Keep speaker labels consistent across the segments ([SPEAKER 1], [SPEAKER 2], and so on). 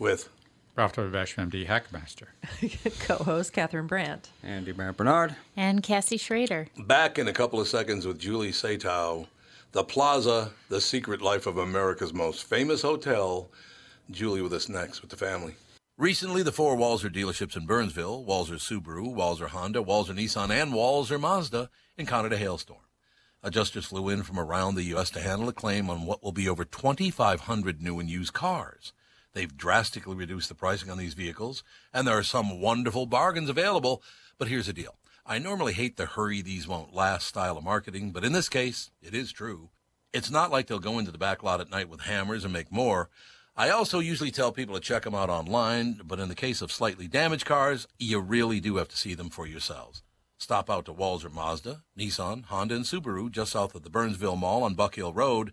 [SPEAKER 1] with
[SPEAKER 2] Ralph W. Basham, MD, Hackmaster.
[SPEAKER 3] co-host Catherine Brandt.
[SPEAKER 4] Andy Brand Bernard.
[SPEAKER 5] And Cassie Schrader.
[SPEAKER 1] back in a couple of seconds with Julie Satow, the Plaza, the secret life of America's most famous hotel. Julie with us next with the family. Recently, the four Walzer dealerships in Burnsville, Walzer Subaru, Walzer Honda, Walzer Nissan, and Walzer Mazda encountered a hailstorm. Adjusters flew in from around the U.S. to handle a claim on what will be over 2,500 new and used cars. They've drastically reduced the pricing on these vehicles, and there are some wonderful bargains available. But here's the deal I normally hate the hurry, these won't last style of marketing, but in this case, it is true. It's not like they'll go into the back lot at night with hammers and make more. I also usually tell people to check them out online, but in the case of slightly damaged cars, you really do have to see them for yourselves. Stop out to Walzer Mazda, Nissan, Honda, and Subaru just south of the Burnsville Mall on Buck Hill Road.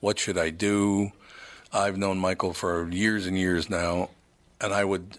[SPEAKER 1] What should I do? I've known Michael for years and years now, and I would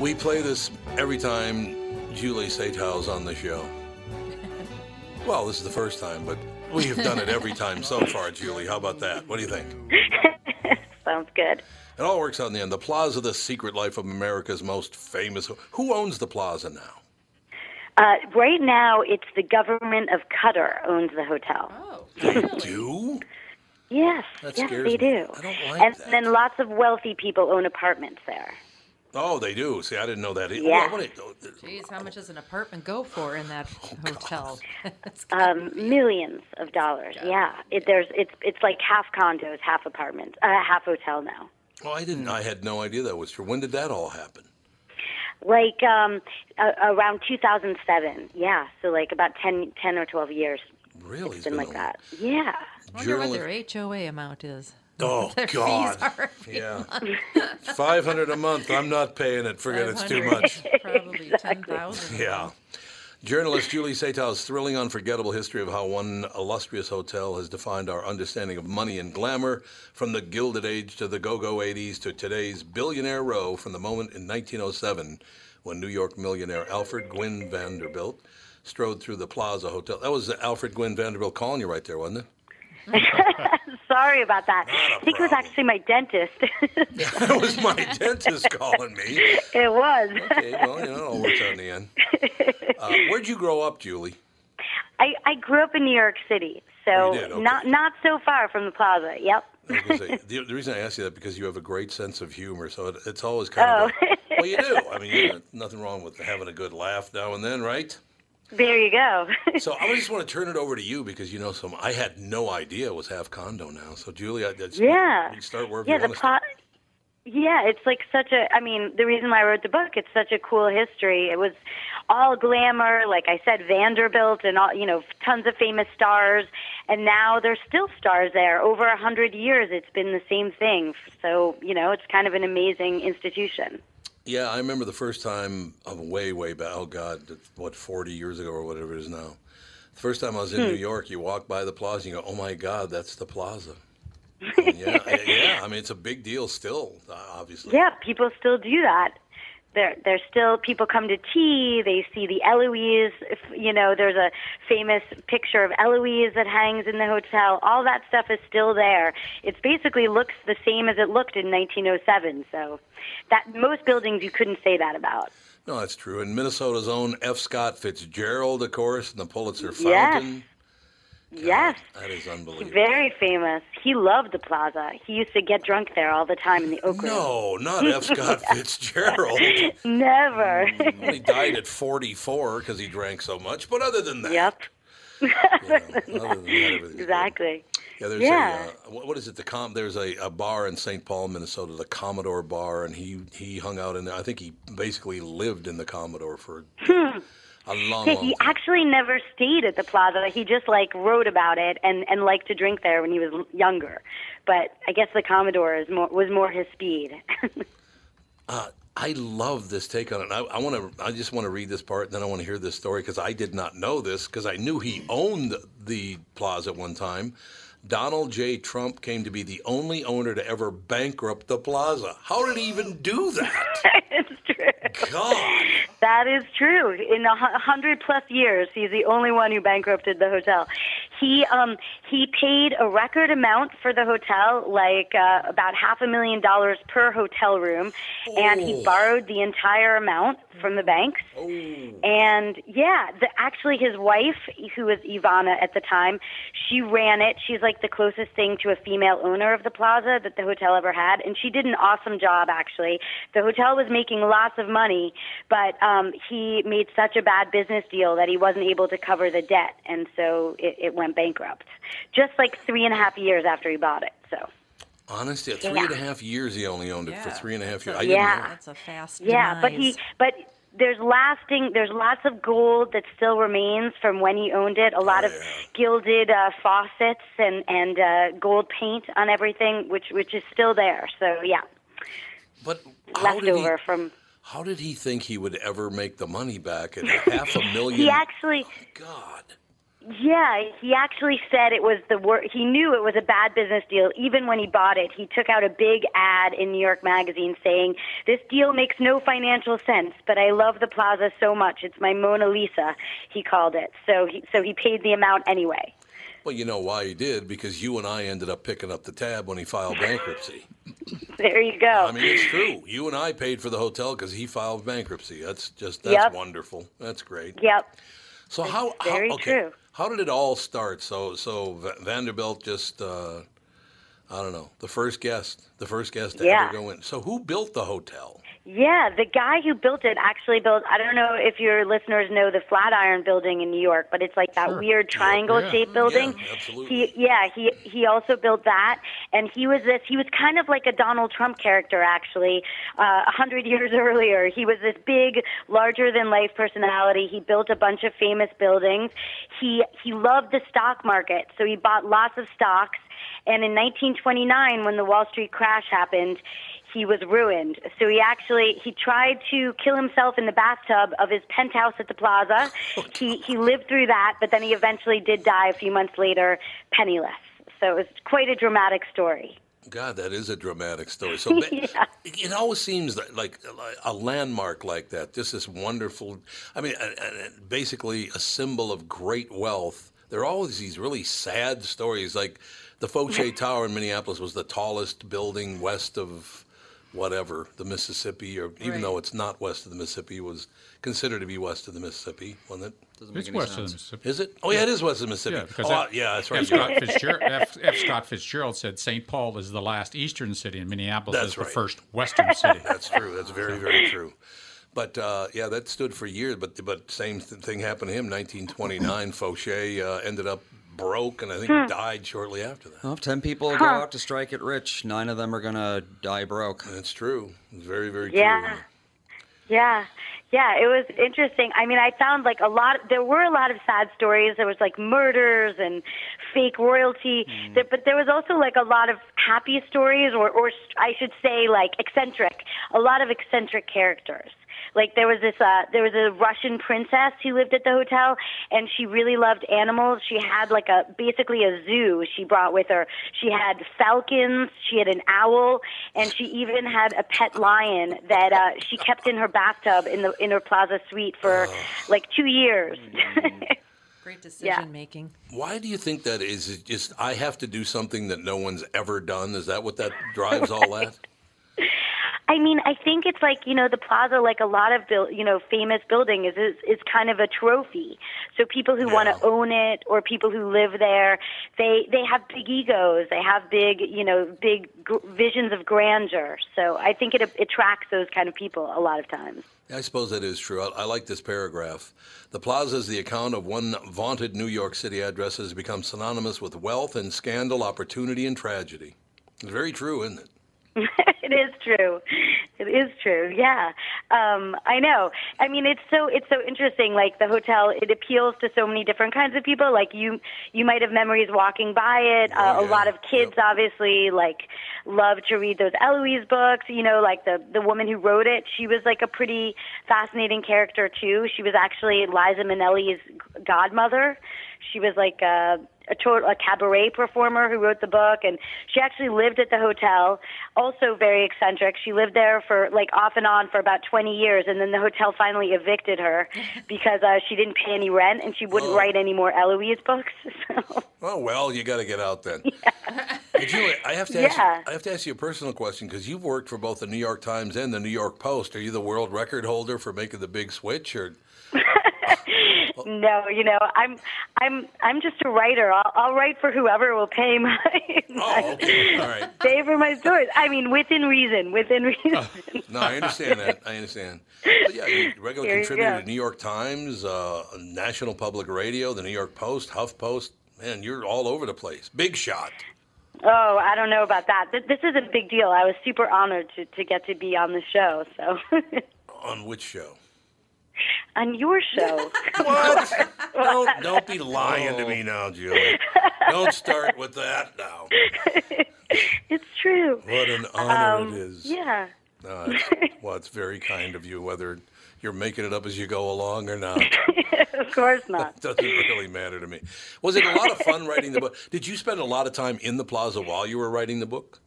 [SPEAKER 1] We play this every time Julie Satow's on the show. Well, this is the first time, but we have done it every time so far, Julie. How about that? What do you think?
[SPEAKER 6] Sounds good.
[SPEAKER 1] It all works out in the end. The Plaza, the secret life of America's most famous. Who owns the Plaza now?
[SPEAKER 6] Uh, right now, it's the government of Qatar owns the hotel.
[SPEAKER 3] Oh,
[SPEAKER 1] Do?
[SPEAKER 6] Yes,
[SPEAKER 1] That
[SPEAKER 6] yes,
[SPEAKER 1] scares
[SPEAKER 6] they
[SPEAKER 1] me.
[SPEAKER 6] do.
[SPEAKER 1] I don't like
[SPEAKER 6] and
[SPEAKER 1] that.
[SPEAKER 6] then lots of wealthy people own apartments there.
[SPEAKER 1] Oh, they do. See, I didn't know that. either.
[SPEAKER 6] Yeah.
[SPEAKER 1] Well, what oh, do you-
[SPEAKER 3] geez, how much does an apartment go for in that hotel? It's
[SPEAKER 6] Um, millions of dollars. Yeah, it, there's it's it's like half condos, half apartments, uh, half hotel now.
[SPEAKER 1] Oh, I didn't. I had no idea that was true. When did that all happen?
[SPEAKER 6] Like um, uh, around 2007. Yeah, so like about 10, 10 or 12 years.
[SPEAKER 1] Really?
[SPEAKER 6] Been like that. Yeah.
[SPEAKER 3] I wonder what their HOA amount is.
[SPEAKER 1] Oh
[SPEAKER 3] Their
[SPEAKER 1] God.
[SPEAKER 3] fees are
[SPEAKER 1] Yeah. Five hundred a month. I'm not paying it. Forget it. It's too
[SPEAKER 3] 500,
[SPEAKER 1] much.
[SPEAKER 3] Probably ten thousand.
[SPEAKER 1] Yeah. Journalist Julie Satow's thrilling, unforgettable history of how one illustrious hotel has defined our understanding of money and glamour from the Gilded Age to the go go 80s to today's billionaire row from the moment in 1907 when New York millionaire Alfred Gwynn Vanderbilt strode through the Plaza Hotel. That was Alfred Gwynn Vanderbilt calling you right there, wasn't it?
[SPEAKER 6] sorry about that.
[SPEAKER 1] Not a
[SPEAKER 6] I think it was
[SPEAKER 1] problem.
[SPEAKER 6] actually my dentist.
[SPEAKER 1] That was my dentist calling me.
[SPEAKER 6] it was.
[SPEAKER 1] Okay, well, you know, it all works out in the end. Uh, where'd you grow up, Julie?
[SPEAKER 6] I, I grew up in New York City, so
[SPEAKER 1] Oh, you did? Okay.
[SPEAKER 6] not not so far from the plaza. Yep.
[SPEAKER 1] I was gonna say, the, the reason I ask you that because you have a great sense of humor, so it, it's always kind of a,
[SPEAKER 6] Oh.
[SPEAKER 1] well, you do. I mean, you know, nothing wrong with having a good laugh now and then, right?
[SPEAKER 6] There you go.
[SPEAKER 1] So I just want to turn it over to you because you know some. I had no idea it was half condo now. So Julie, I, that's,
[SPEAKER 6] Yeah.
[SPEAKER 1] you start wherever
[SPEAKER 6] yeah,
[SPEAKER 1] you
[SPEAKER 6] the
[SPEAKER 1] want to.
[SPEAKER 6] plot. Yeah, it's like such a. I mean, the reason why I wrote the book, it's such a cool history. It was all glamour, like I said, Vanderbilt and all, you know, tons of famous stars. And now there's still stars there. Over a hundred years, it's been the same thing. So you know, it's kind of an amazing institution.
[SPEAKER 1] Yeah, I remember the first time, uh, way, way back. Oh God, that's, what forty years ago or whatever it is now. The first time I was in
[SPEAKER 6] Hmm.
[SPEAKER 1] New York, you walk by the plaza, and you go, "Oh my God, that's the plaza." And yeah, I- yeah. I mean, it's a big deal still, uh, obviously.
[SPEAKER 6] Yeah, people still do that. They're, they're still people come to tea. They see the Eloise. If, you know, there's a famous picture of Eloise that hangs in the hotel. All that stuff is still there. It basically looks the same as it looked in 1907. So, that most buildings you couldn't say that about.
[SPEAKER 1] No, that's true. And Minnesota's own F. Scott Fitzgerald, of course, and the Pulitzer
[SPEAKER 6] Yes.
[SPEAKER 1] Fountain.
[SPEAKER 6] Yes.
[SPEAKER 1] That is unbelievable.
[SPEAKER 6] Very famous. He loved the plaza. He used to get drunk there all the time in the Oak Room.
[SPEAKER 1] No, not F. Scott Fitzgerald.
[SPEAKER 6] Never.
[SPEAKER 1] Well, he died at 44 because he drank so much. But other than that,
[SPEAKER 6] yep.
[SPEAKER 1] you know, other than that, everything's good.
[SPEAKER 6] Exactly.
[SPEAKER 1] Yeah, there's
[SPEAKER 6] Yeah.
[SPEAKER 1] a uh, what what is it? The com there's a, a bar in St. Paul, Minnesota, the Commodore Bar, and he he hung out in there. I think he basically lived in the Commodore for a long,
[SPEAKER 6] Yeah,
[SPEAKER 1] long
[SPEAKER 6] Hmm. he
[SPEAKER 1] time.
[SPEAKER 6] actually never stayed at the plaza. He just like wrote about it and and liked to drink there when he was l- younger. But I guess the Commodore is more was more his speed.
[SPEAKER 1] Uh, I love this take on it. I, I want to. I just want to read this part, and then I want to hear this story because I did not know this because I knew he owned the plaza at one time. Donald J. Trump came to be the only owner to ever bankrupt the plaza. How did he even do that?
[SPEAKER 6] it's true.
[SPEAKER 1] God.
[SPEAKER 6] That is true. In a hu- hundred plus years, he's the only one who bankrupted the hotel. He um he paid a record amount for the hotel, like uh, about half a million dollars per hotel room, and he borrowed the entire amount from the banks. And yeah, the, actually, his wife, who was Ivana at the time, she ran it. She's like the closest thing to a female owner of the plaza that the hotel ever had, and she did an awesome job. Actually, the hotel was making lots of money, but um, he made such a bad business deal that he wasn't able to cover the debt, and so it, it went bankrupt. Just like three and a half years after he bought it. So
[SPEAKER 1] Honestly, at three and a half years, he only owned it for
[SPEAKER 3] Yeah.
[SPEAKER 1] three and a half
[SPEAKER 3] So-
[SPEAKER 1] years. I
[SPEAKER 6] Yeah.
[SPEAKER 1] didn't know.
[SPEAKER 3] That's a fast.
[SPEAKER 6] Yeah, but he
[SPEAKER 3] demise.
[SPEAKER 6] but there's lasting there's lots of gold that still remains from when he owned it. A lot of gilded uh, faucets and and uh, gold paint on everything, which which is still there. So yeah,
[SPEAKER 1] But how
[SPEAKER 6] left
[SPEAKER 1] did, he,
[SPEAKER 6] over from.
[SPEAKER 1] how did he think he would ever make the money back at half a million?
[SPEAKER 6] He actually,
[SPEAKER 1] God.
[SPEAKER 6] yeah, he actually said it was the wor He knew it was a bad business deal. Even when he bought it, he took out a big ad in New York Magazine saying, "This deal makes no financial sense, but I love the Plaza so much. It's my Mona Lisa." He called it. So he so he paid the amount anyway.
[SPEAKER 1] Well, you know why he did because you and I ended up picking up the tab when he filed bankruptcy.
[SPEAKER 6] There you go.
[SPEAKER 1] I mean, it's true. You and I paid for the hotel because he filed bankruptcy. That's just that's
[SPEAKER 6] Yep.
[SPEAKER 1] wonderful. That's great.
[SPEAKER 6] yep.
[SPEAKER 1] So how, how
[SPEAKER 6] very
[SPEAKER 1] okay?
[SPEAKER 6] true.
[SPEAKER 1] How did it all start? So so Va- Vanderbilt just uh, I don't know the first guest, the first guest to
[SPEAKER 6] Yeah.
[SPEAKER 1] ever go in. So who built the hotel?
[SPEAKER 6] Yeah, the guy who built it actually built. I don't know if your listeners know the Flatiron Building in New York, but it's like that weird triangle-shaped building.
[SPEAKER 1] Yeah, absolutely.
[SPEAKER 6] He, yeah, he he also built that, and he was this. He was kind of like a Donald Trump character, actually. Uh, A hundred years earlier, he was this big, larger-than-life personality. He built a bunch of famous buildings. He he loved the stock market, so he bought lots of stocks. And in 1929, when the Wall Street crash happened, he was ruined. So he actually he tried to kill himself in the bathtub of his penthouse at the plaza. He he lived through that, but then he eventually did die a few months later, penniless. So it was quite a dramatic story.
[SPEAKER 1] God, that is a dramatic story. So ba- it always seems that, like a landmark like that. Just this wonderful. I mean, uh, uh, basically a symbol of great wealth. There are always these really sad stories, like. The Fauché Tower in Minneapolis was the tallest building west of whatever the Mississippi, or even
[SPEAKER 3] Right.
[SPEAKER 1] though it's not west of the Mississippi, it was considered to be west of the Mississippi, wasn't it?
[SPEAKER 4] Doesn't make
[SPEAKER 2] It's
[SPEAKER 4] any
[SPEAKER 2] west of
[SPEAKER 4] sense.
[SPEAKER 2] the Mississippi.
[SPEAKER 1] Is it? Oh yeah, it is west of the Mississippi.
[SPEAKER 2] Yeah, because
[SPEAKER 1] oh,
[SPEAKER 2] that-
[SPEAKER 1] I- yeah, that's
[SPEAKER 2] F.
[SPEAKER 1] right.
[SPEAKER 2] Scott, Fitzgerald, F, F. Scott Fitzgerald said St. Paul is the last eastern city, and Minneapolis
[SPEAKER 1] That's
[SPEAKER 2] is
[SPEAKER 1] right.
[SPEAKER 2] the first western city.
[SPEAKER 1] That's true. That's very, very true. But uh, yeah, that stood for years. But but same th- thing happened to him. 1929, Fauché uh, ended up broke, and I think died shortly after that.
[SPEAKER 4] Well, if 10 people go out to strike it rich, nine of them are going to die broke.
[SPEAKER 1] That's true. It's very, very
[SPEAKER 6] Yeah.
[SPEAKER 1] true.
[SPEAKER 6] Yeah. Yeah, it was interesting. I mean, I found like a lot there were a lot of sad stories. There was like murders and fake royalty, there, but there was also like a lot of happy stories or or I should say like eccentric, a lot of eccentric characters. Like there was this uh there was a Russian princess who lived at the hotel and she really loved animals. She had like a basically a zoo she brought with her. She had falcons, she had an owl, and she even had a pet lion that uh she kept in her bathtub in the in her plaza suite for like 2 years.
[SPEAKER 3] Great decision making.
[SPEAKER 1] Why do you think that is? It just I have to do something that no one's ever done. Is that what that drives all that?
[SPEAKER 6] I mean, I think it's like you know the plaza, like a lot of buil- you know famous building is is, is kind of a trophy. So people who want
[SPEAKER 1] Yeah.
[SPEAKER 6] to own it or people who live there, they they have big egos. They have big you know big gr visions of grandeur. So I think it a- attracts those kind of people a lot of times.
[SPEAKER 1] I suppose that is true. I, I like this paragraph. The plaza is the account of one vaunted New York City address that has become synonymous with wealth and scandal, opportunity and tragedy. It's very true, isn't it?
[SPEAKER 6] it is true. It is true. Yeah. Um, I know. I mean, it's so it's so interesting. Like the hotel, it appeals to so many different kinds of people. Like you, you might have memories walking by it. uh,
[SPEAKER 1] Oh,
[SPEAKER 6] A
[SPEAKER 1] yeah.
[SPEAKER 6] lot of kids,
[SPEAKER 1] Yep.
[SPEAKER 6] obviously, like love to read those Eloise books. You know, like the the woman who wrote it. She was like a pretty fascinating character too. She was actually Liza Minnelli's g- godmother. She was like a a, tour, a cabaret performer who wrote the book, and she actually lived at the hotel. Also very eccentric. She lived there for like off and on for about 20 years, and then the hotel finally evicted her because uh, she didn't pay any rent and she wouldn't write any more Eloise books. So
[SPEAKER 1] Oh well, you got to get out then. Hey, Julie, I have to ask.
[SPEAKER 6] Yeah.
[SPEAKER 1] You, I have to ask you a personal question because you've worked for both the New York Times and the New York Post. Are you the world record holder for making the big switch, or
[SPEAKER 6] no, you know, I'm I'm I'm just a writer. I'll, I'll write for whoever will pay my.
[SPEAKER 1] Oh, okay. All right.
[SPEAKER 6] Pay for my stories. I mean, within reason. Within
[SPEAKER 1] Oh.
[SPEAKER 6] reason.
[SPEAKER 1] No, I understand that. I understand. But yeah, you're a regular
[SPEAKER 6] Here you
[SPEAKER 1] contributor
[SPEAKER 6] go.
[SPEAKER 1] to New York Times, uh, National Public Radio, the New York Post, HuffPost. Man, you're all over the place. Big shot.
[SPEAKER 6] Oh, I don't know about that. Th- This is a big deal. I was super honored to, to get to be on the show. So,
[SPEAKER 1] On which show?
[SPEAKER 6] on your show.
[SPEAKER 1] What? don't, don't be lying to me now, Julie. Don't start with that now.
[SPEAKER 6] It's true. Um,
[SPEAKER 1] What an honor it is.
[SPEAKER 6] Yeah.
[SPEAKER 1] No, it's, well, it's very kind of you, whether you're making it up as you go along or not.
[SPEAKER 6] Of course not.
[SPEAKER 1] doesn't really matter to me. Was it a lot of fun writing the book? Did you spend a lot of time in the plaza while you were writing the book?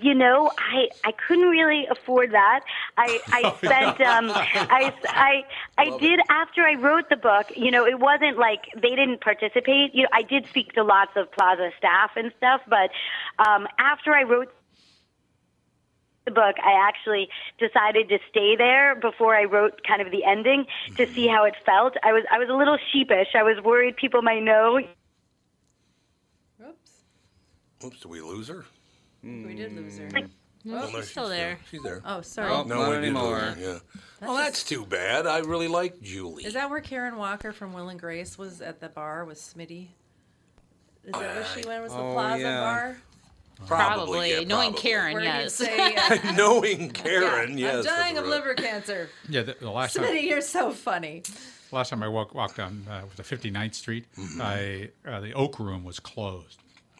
[SPEAKER 6] You know, I I couldn't really afford that. I I spent um I I I did after I wrote the book. You know, it wasn't like they didn't participate. You know, I did speak to lots of plaza staff and stuff, but um after I wrote the book, I actually decided to stay there before I wrote kind of the ending to see how it felt. I was I was a little sheepish. I was worried people might know.
[SPEAKER 3] Oops.
[SPEAKER 1] Oops, did we lose her?
[SPEAKER 3] We did lose her.
[SPEAKER 1] Oh, no,
[SPEAKER 5] she's still there.
[SPEAKER 1] She's there.
[SPEAKER 3] Oh, sorry.
[SPEAKER 4] Oh. Not
[SPEAKER 1] we did lose her,
[SPEAKER 4] anymore.
[SPEAKER 1] Yeah. well, that's too bad. I really like Julie.
[SPEAKER 3] Is that where Karen Walker from Will and Grace was at the bar with Smitty? Is that where she went? Was the
[SPEAKER 4] Oh,
[SPEAKER 3] Plaza
[SPEAKER 4] yeah.
[SPEAKER 3] Bar?
[SPEAKER 5] Probably.
[SPEAKER 1] yeah,
[SPEAKER 5] Knowing
[SPEAKER 1] probably.
[SPEAKER 5] Karen,
[SPEAKER 3] Where you'd
[SPEAKER 5] yes.
[SPEAKER 3] say, uh,
[SPEAKER 1] Knowing Karen, yes.
[SPEAKER 3] I'm
[SPEAKER 1] that's
[SPEAKER 3] dying of
[SPEAKER 1] right.
[SPEAKER 3] liver cancer.
[SPEAKER 2] Yeah, the, the last time,
[SPEAKER 3] Smitty, you're so funny.
[SPEAKER 2] last time I walk, walked down uh, the 59th Street,
[SPEAKER 1] Mm-hmm.
[SPEAKER 2] I, uh, the Oak Room was closed.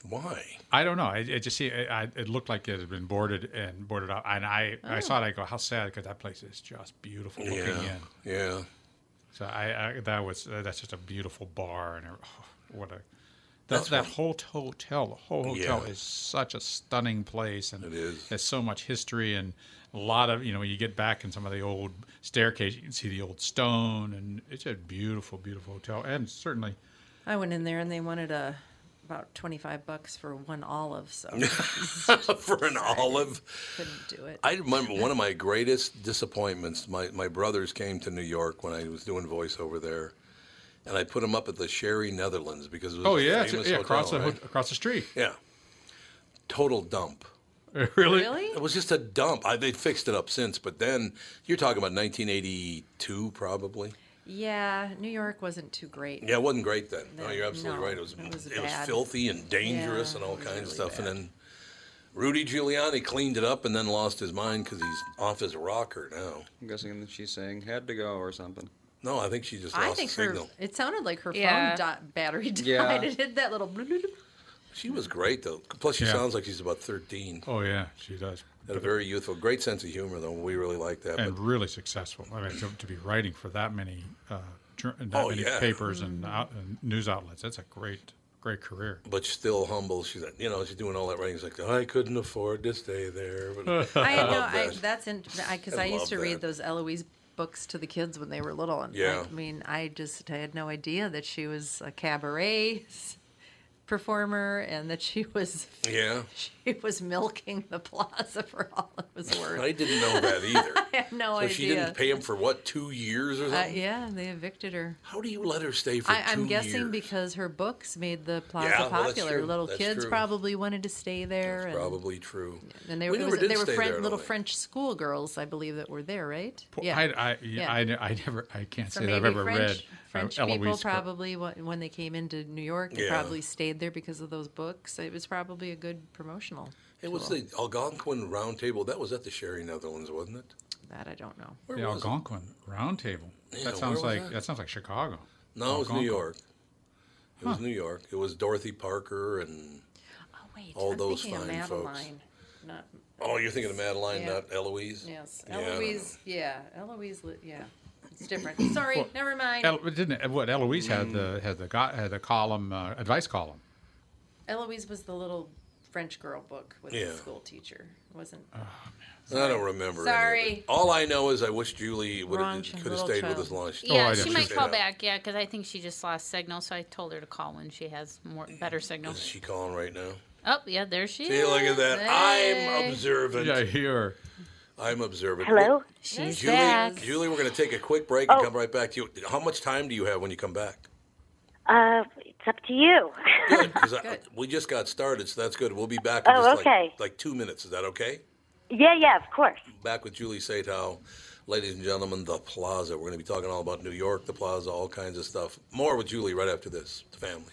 [SPEAKER 1] Why?
[SPEAKER 2] I don't know. I, I just see I, I, it looked like it had been boarded and boarded up, and I, I saw it. I go, how sad because that place is just beautiful looking
[SPEAKER 1] Yeah.
[SPEAKER 2] in.
[SPEAKER 1] Yeah.
[SPEAKER 2] So I, I that was uh, that's just a beautiful bar and a, oh, what a that, that whole hotel, the whole hotel
[SPEAKER 1] Yeah.
[SPEAKER 2] is such a stunning place, and it
[SPEAKER 1] is.
[SPEAKER 2] There's so much history and a lot of you know when you get back in some of the old staircase, you can see the old stone, and it's a beautiful, beautiful hotel, and certainly
[SPEAKER 3] I went in there and they wanted a about 25 bucks for one olive, so
[SPEAKER 1] for an olive.
[SPEAKER 3] couldn't do it.
[SPEAKER 1] I remember one of my greatest disappointments. My my brothers came to New York when I was doing voiceover there, and I put them up at the Sherry Netherlands because it was
[SPEAKER 2] Oh
[SPEAKER 1] a
[SPEAKER 2] yeah, it's-
[SPEAKER 1] famous
[SPEAKER 2] yeah, across
[SPEAKER 1] hotel,
[SPEAKER 2] the
[SPEAKER 1] right?
[SPEAKER 2] across the street.
[SPEAKER 1] yeah, total dump.
[SPEAKER 2] really?
[SPEAKER 3] really?
[SPEAKER 1] It was just a dump. I, they fixed it up since, but then you're talking about 1982 probably.
[SPEAKER 3] Yeah, New York wasn't too great.
[SPEAKER 1] Yeah, it wasn't great then. No,
[SPEAKER 3] No,
[SPEAKER 1] you're absolutely
[SPEAKER 3] no,
[SPEAKER 1] right. It was
[SPEAKER 3] it was bad.
[SPEAKER 1] filthy and dangerous
[SPEAKER 3] Yeah,
[SPEAKER 1] and all
[SPEAKER 3] it was
[SPEAKER 1] kinds of
[SPEAKER 3] really
[SPEAKER 1] stuff. And then Rudy Giuliani cleaned it up and then lost his mind because he's off his rocker now.
[SPEAKER 4] I'm guessing that she's saying had to go or something.
[SPEAKER 1] No, I think she just
[SPEAKER 3] I
[SPEAKER 1] lost
[SPEAKER 3] think
[SPEAKER 1] the signal.
[SPEAKER 3] her. It sounded like her
[SPEAKER 7] Yeah.
[SPEAKER 3] phone dot, battery died.
[SPEAKER 4] Yeah.
[SPEAKER 3] It did that little. bloop, bloop, bloop.
[SPEAKER 1] She was great though. Plus, she
[SPEAKER 2] Yeah.
[SPEAKER 1] sounds like she's about 13.
[SPEAKER 2] Oh yeah, she does.
[SPEAKER 1] Had a very youthful, great sense of humor though. We really like that.
[SPEAKER 2] and
[SPEAKER 1] But
[SPEAKER 2] really successful. I mean, to, to be writing for that many, uh, jour- that
[SPEAKER 1] Oh,
[SPEAKER 2] many
[SPEAKER 1] yeah.
[SPEAKER 2] papers and, out, and news outlets, that's a great, great career.
[SPEAKER 1] but still humble. She's like, you know, she's doing all that writing. She's like, I couldn't afford to stay there. But
[SPEAKER 3] I know.
[SPEAKER 1] love
[SPEAKER 3] I,
[SPEAKER 1] that.
[SPEAKER 3] that's in because
[SPEAKER 1] I
[SPEAKER 3] I, used
[SPEAKER 1] love
[SPEAKER 3] to read
[SPEAKER 1] that.
[SPEAKER 3] those Eloise books to the kids when they were little. And
[SPEAKER 1] Yeah.
[SPEAKER 3] I mean, I just I had no idea that she was a cabaret s- performer and that she was
[SPEAKER 1] yeah,
[SPEAKER 3] she was milking the plaza for all it was worth.
[SPEAKER 1] I didn't know that either.
[SPEAKER 3] I had no
[SPEAKER 1] so
[SPEAKER 3] idea.
[SPEAKER 1] she didn't pay him for what two years or
[SPEAKER 3] uh,
[SPEAKER 1] something.
[SPEAKER 3] yeah, they evicted her.
[SPEAKER 1] How do you let her stay for
[SPEAKER 3] I,
[SPEAKER 1] two
[SPEAKER 3] I'm guessing
[SPEAKER 1] years?
[SPEAKER 3] because her books made the plaza
[SPEAKER 1] Yeah, well, that's
[SPEAKER 3] popular.
[SPEAKER 1] true.
[SPEAKER 3] Little
[SPEAKER 1] That's
[SPEAKER 3] kids
[SPEAKER 1] true.
[SPEAKER 3] probably wanted to stay there.
[SPEAKER 1] That's
[SPEAKER 3] and,
[SPEAKER 1] probably true.
[SPEAKER 3] and they,
[SPEAKER 1] we
[SPEAKER 3] were- it
[SPEAKER 1] never
[SPEAKER 3] was-
[SPEAKER 1] did
[SPEAKER 3] they were
[SPEAKER 1] stay
[SPEAKER 3] Fren-
[SPEAKER 1] there, I
[SPEAKER 3] little
[SPEAKER 1] don't think.
[SPEAKER 3] French schoolgirls, I believe, that were there, right?
[SPEAKER 2] Po- I, I, yeah. I, I never, I can't
[SPEAKER 3] So
[SPEAKER 2] say that I've
[SPEAKER 3] maybe
[SPEAKER 2] ever
[SPEAKER 3] French,
[SPEAKER 2] read uh,
[SPEAKER 3] French people
[SPEAKER 2] Eloise. Cor-
[SPEAKER 3] probably wh- when they came into New York, they
[SPEAKER 1] Yeah.
[SPEAKER 3] probably stayed there because of those books. It was probably a good promotional.
[SPEAKER 1] It was the Algonquin Round Table. That was at the Sherry Netherlands, wasn't it?
[SPEAKER 3] That I don't know.
[SPEAKER 1] Where
[SPEAKER 2] the
[SPEAKER 1] was it?
[SPEAKER 2] Algonquin Round Table.
[SPEAKER 1] Yeah,
[SPEAKER 2] that sounds
[SPEAKER 1] where was
[SPEAKER 2] like
[SPEAKER 1] that?
[SPEAKER 2] that? sounds like Chicago.
[SPEAKER 1] No, it was New
[SPEAKER 2] Algonquin.
[SPEAKER 1] York. It was New York. It was Dorothy Parker and
[SPEAKER 3] Oh wait,
[SPEAKER 1] All
[SPEAKER 3] I'm
[SPEAKER 1] those
[SPEAKER 3] thinking of
[SPEAKER 1] fine folks.
[SPEAKER 3] Madeline. Not
[SPEAKER 1] oh, you're thinking of Madeline,
[SPEAKER 3] Yeah.
[SPEAKER 1] not Eloise.
[SPEAKER 3] yes,
[SPEAKER 1] Yeah, I don't
[SPEAKER 3] Eloise. Yeah, Eloise. li- Yeah, it's different. Sorry, never mind.
[SPEAKER 2] El, didn't it- what Eloise had
[SPEAKER 1] Mm.
[SPEAKER 2] the had the go- had the column uh, advice column.
[SPEAKER 3] Eloise was the little French girl book with
[SPEAKER 1] Yeah. Uh-huh.
[SPEAKER 3] the school teacher. It wasn't
[SPEAKER 1] know. I don't remember. any of
[SPEAKER 3] Sorry.
[SPEAKER 1] it. All I know is I wish Julie would
[SPEAKER 3] Wrong
[SPEAKER 1] have
[SPEAKER 3] ch-
[SPEAKER 1] could have
[SPEAKER 3] little
[SPEAKER 1] stayed
[SPEAKER 3] child.
[SPEAKER 1] with us lunch.
[SPEAKER 2] Oh, I
[SPEAKER 5] Yeah,
[SPEAKER 2] know.
[SPEAKER 5] she
[SPEAKER 2] She's
[SPEAKER 5] might
[SPEAKER 1] stayed
[SPEAKER 5] call
[SPEAKER 1] out.
[SPEAKER 5] back. Yeah, because I think she just lost signal, so I told her to call when she has more better signal.
[SPEAKER 1] Is she calling right now?
[SPEAKER 5] Oh, yeah, there she
[SPEAKER 1] Hey,
[SPEAKER 5] is.
[SPEAKER 1] look at that. I'm observant.
[SPEAKER 2] Yeah, here.
[SPEAKER 1] I'm observant.
[SPEAKER 6] Hello? Oh.
[SPEAKER 5] She's
[SPEAKER 1] Julie,
[SPEAKER 5] back.
[SPEAKER 1] Julie, we're going to take a quick break and come right back to you. How much time do you have when you come back?
[SPEAKER 6] Uh, it's up to you.
[SPEAKER 1] Because we just got started, so that's good. We'll be back in
[SPEAKER 6] Oh,
[SPEAKER 1] just
[SPEAKER 6] okay.
[SPEAKER 1] like, like two minutes. Is that okay?
[SPEAKER 6] yeah, yeah, of course.
[SPEAKER 1] Back with Julie Satow. Ladies and gentlemen, The Plaza. We're going to be talking all about New York, The Plaza, all kinds of stuff. More with Julie right after this, the family.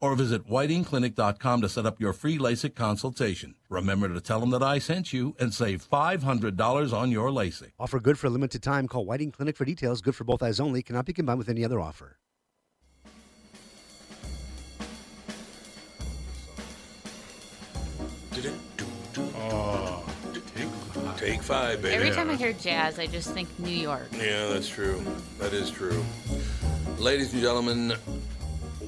[SPEAKER 1] or visit whitingclinic.com to set up your free LASIK consultation. Remember to tell them that I sent you and save $500 on your LASIK.
[SPEAKER 8] Offer good for a limited time. Call Whiting Clinic for details. Good for both eyes only. Cannot be combined with any other offer.
[SPEAKER 1] Oh, take, take five, baby.
[SPEAKER 5] Every time I hear jazz, I just think New York.
[SPEAKER 1] Yeah, that's true. That is true. Ladies and gentlemen,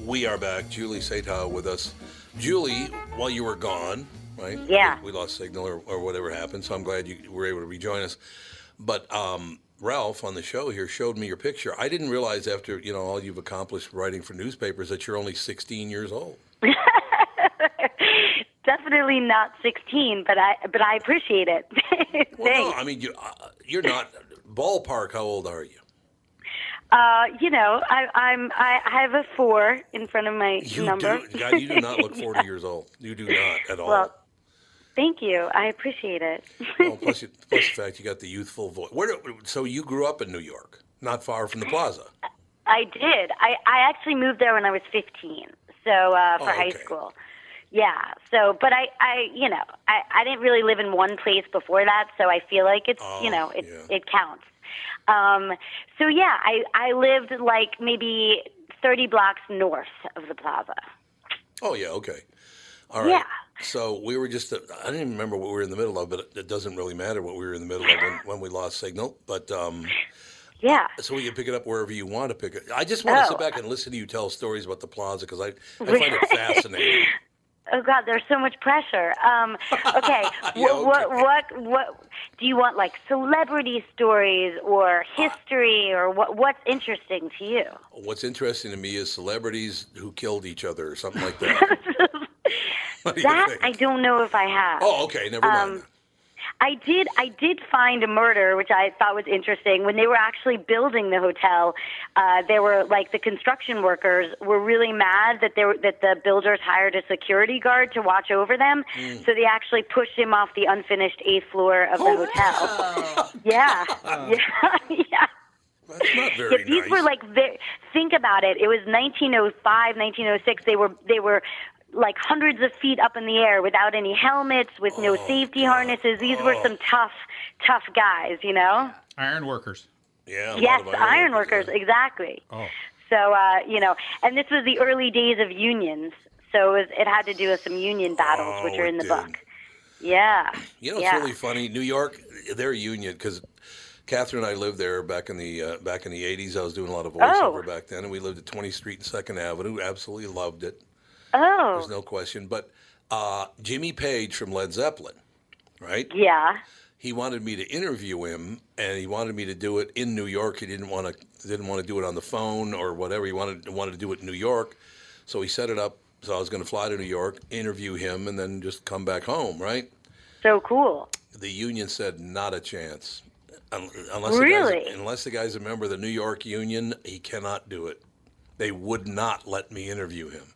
[SPEAKER 1] we are back. Julie Satow with us. Julie, while you were gone, right?
[SPEAKER 6] Yeah.
[SPEAKER 1] We, we lost signal or, or whatever happened, so I'm glad you were able to rejoin us. But um, Ralph on the show here showed me your picture. I didn't realize after you know all you've accomplished writing for newspapers that you're only 16 years old.
[SPEAKER 6] Definitely not 16, but I but I appreciate it.
[SPEAKER 1] Well, no, I mean you, uh, you're not ballpark. How old are you?
[SPEAKER 6] Uh, you know, I, I'm I, I have a four in front of my
[SPEAKER 1] You
[SPEAKER 6] number.
[SPEAKER 1] do God, you do not look 40 years old. You do not at all.
[SPEAKER 6] Well, thank you. I appreciate it.
[SPEAKER 1] Oh, plus, you, plus the fact you got the youthful voice. Where do, so you grew up in New York, not far from the Plaza.
[SPEAKER 6] I did. I, I actually moved there when I was 15, so uh, for
[SPEAKER 1] Oh,
[SPEAKER 6] high
[SPEAKER 1] okay.
[SPEAKER 6] school. Yeah. So, but I, I, you know, I, I didn't really live in one place before that, so I feel like it's,
[SPEAKER 1] Ah,
[SPEAKER 6] you know, it it counts. Um, so yeah, I I lived like maybe 30 blocks north of the Plaza.
[SPEAKER 1] Oh yeah, okay. All right.
[SPEAKER 6] Yeah.
[SPEAKER 1] So we were just, I I didn't even remember what we were in the middle of, but it doesn't really matter what we were in the middle of when, when we lost signal. But um,
[SPEAKER 6] yeah.
[SPEAKER 1] So we can pick it up wherever you want to pick it. I just want to sit
[SPEAKER 6] Oh.
[SPEAKER 1] back and listen to you tell stories about the plaza because I, I find it fascinating.
[SPEAKER 6] Oh God, there's so much pressure. Um, okay, what, what, what, what, do you want? Like celebrity stories or history or what? What's interesting to you?
[SPEAKER 1] What's interesting to me is celebrities who killed each other or something like that. What do you
[SPEAKER 6] That
[SPEAKER 1] think?
[SPEAKER 6] I don't know if I have.
[SPEAKER 1] Oh, okay, never mind.
[SPEAKER 6] Um, I did. I did find a murder, which I thought was interesting. When they were actually building the hotel, uh, there were like the construction workers were really mad that they were, that the builders hired a security guard to watch over them.
[SPEAKER 9] Mm.
[SPEAKER 6] So they actually pushed him off the unfinished eighth floor of the hotel. yeah, yeah, yeah.
[SPEAKER 1] That's not very
[SPEAKER 6] These
[SPEAKER 1] nice.
[SPEAKER 6] were like ve- think about it. It was 1905, 1906. They were they were like hundreds of feet up in the air without any helmets, with no
[SPEAKER 1] Oh,
[SPEAKER 6] safety harnesses. These were
[SPEAKER 2] Oh.
[SPEAKER 6] some tough tough guys, you know.
[SPEAKER 2] Iron workers.
[SPEAKER 1] Yeah.
[SPEAKER 6] yes, iron workers, exactly.
[SPEAKER 2] Oh.
[SPEAKER 6] So uh, you know, and this was the early days of unions. So it, was, it had to do with some union battles,
[SPEAKER 1] Oh,
[SPEAKER 6] which are
[SPEAKER 1] it
[SPEAKER 6] in the
[SPEAKER 1] did.
[SPEAKER 6] book. Yeah.
[SPEAKER 1] You know, it's
[SPEAKER 6] yeah.
[SPEAKER 1] really funny. New York, their union, because Catherine and I lived there back in the uh, back in the '80s. I was doing a lot of voiceover
[SPEAKER 6] Oh.
[SPEAKER 1] back then, and we lived at 20th Street and Second Avenue. Absolutely loved it.
[SPEAKER 6] Oh.
[SPEAKER 1] There's no question. But uh, Jimmy Page from Led Zeppelin, right?
[SPEAKER 6] Yeah.
[SPEAKER 1] He wanted me to interview him, and he wanted me to do it in New York. He didn't want to didn't want to do it on the phone or whatever. He wanted wanted to do it in New York, so he set it up. So I was going to fly to New York, interview him, and then just come back home, right?
[SPEAKER 6] So cool.
[SPEAKER 1] The union said not a chance. Un- Unless the
[SPEAKER 6] Really?
[SPEAKER 1] guy's, unless the guy's a member of the New York union, he cannot do it. They would not let me interview him.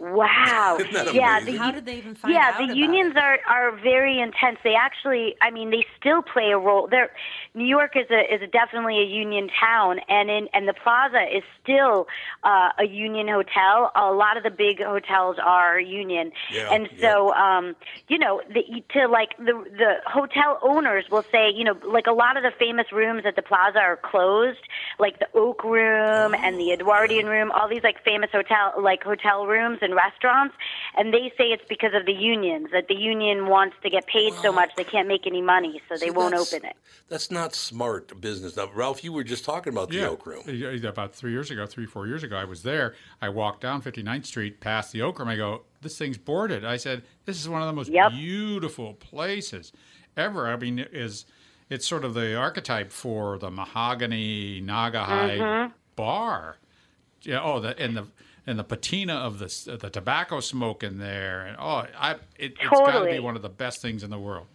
[SPEAKER 6] Wow.
[SPEAKER 1] Isn't that
[SPEAKER 6] yeah.
[SPEAKER 1] amazing?
[SPEAKER 6] The,
[SPEAKER 1] How
[SPEAKER 3] did they even find
[SPEAKER 6] yeah,
[SPEAKER 3] out
[SPEAKER 6] the
[SPEAKER 3] about
[SPEAKER 6] unions are are very intense. They actually, I mean, they still play a role. They're, New York is a is a definitely a union town, and in and the Plaza is still uh, a union hotel. A lot of the big hotels are union,
[SPEAKER 9] Yeah,
[SPEAKER 6] and so um, you know, the, to like the the hotel owners will say, you know, like a lot of the famous rooms at the Plaza are closed, like the Oak Room and the Edwardian Room, all these like famous hotel like hotel rooms and restaurants, and they say it's because of the unions that the union wants to get paid so much they can't make any money, so they
[SPEAKER 1] See,
[SPEAKER 6] won't
[SPEAKER 1] that's-
[SPEAKER 6] open it.
[SPEAKER 1] That's not smart business. Now, Ralph, you were just talking about the
[SPEAKER 2] Yeah.
[SPEAKER 1] Oak Room.
[SPEAKER 2] Yeah, yeah, About three years ago, three, four years ago, I was there. I walked down 59th Street past the Oak Room. I go, this thing's boarded. I said, this is one of the most beautiful places ever. I mean, it is it's sort of the archetype for the mahogany Naga hide
[SPEAKER 6] Mm-hmm.
[SPEAKER 10] Mhm.
[SPEAKER 2] bar. Yeah. Oh, the and the and the patina of the s- the tobacco smoke in there, and oh, I it, it's got to
[SPEAKER 6] Totally.
[SPEAKER 2] be one of the best things in the world.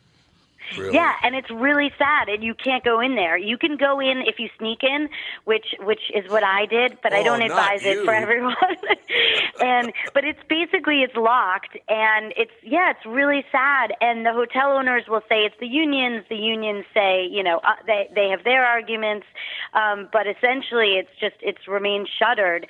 [SPEAKER 1] Really?
[SPEAKER 6] Yeah, and it's really sad, and you can't go in there. You can go in if you sneak in, which which is what I did, but I
[SPEAKER 9] Oh,
[SPEAKER 6] don't
[SPEAKER 9] not
[SPEAKER 6] advise it
[SPEAKER 9] you.
[SPEAKER 6] for everyone. and but it's basically it's locked, and it's yeah, it's really sad. And the hotel owners will say it's the unions. The unions say you know uh, they they have their arguments, um, but essentially it's just it's remained shuttered.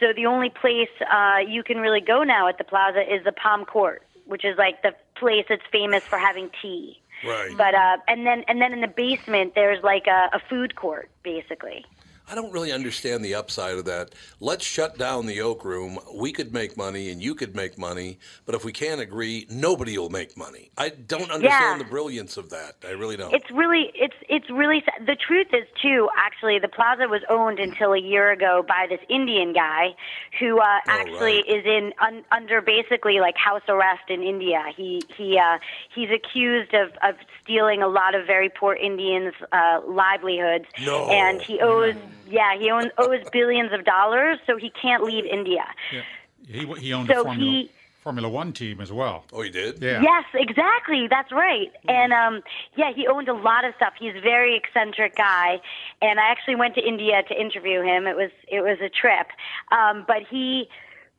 [SPEAKER 6] So the only place uh, you can really go now at the plaza is the Palm Court, which is like the place that's famous for having tea.
[SPEAKER 1] Right.
[SPEAKER 6] But uh, and then and then in the basement there's like a, a food court basically.
[SPEAKER 1] I don't really understand the upside of that. Let's shut down the Oak Room. We could make money and you could make money, but if we can't agree, nobody will make money. I don't understand
[SPEAKER 6] Yeah.
[SPEAKER 1] the brilliance of that. I really
[SPEAKER 9] Oh.
[SPEAKER 1] don't.
[SPEAKER 6] It's really it's it's really sa- the truth is too actually the plaza was owned until a year ago by this Indian guy who uh,
[SPEAKER 9] Oh,
[SPEAKER 6] actually is in un, under basically like house arrest in India. He he uh, he's accused of of stealing a lot of very poor Indians uh, livelihoods
[SPEAKER 9] No.
[SPEAKER 6] and he owes yeah, he owns, owes billions of dollars so he can't leave India.
[SPEAKER 2] Yeah. He, he owned
[SPEAKER 6] So
[SPEAKER 2] a Formula,
[SPEAKER 6] he-
[SPEAKER 2] Formula One team as well.
[SPEAKER 1] Oh, he did?
[SPEAKER 2] Yeah.
[SPEAKER 6] Yes, exactly. That's right. And um, yeah, he owned a lot of stuff. He's a very eccentric guy, and I actually went to India to interview him. It was it was a trip, um, but he.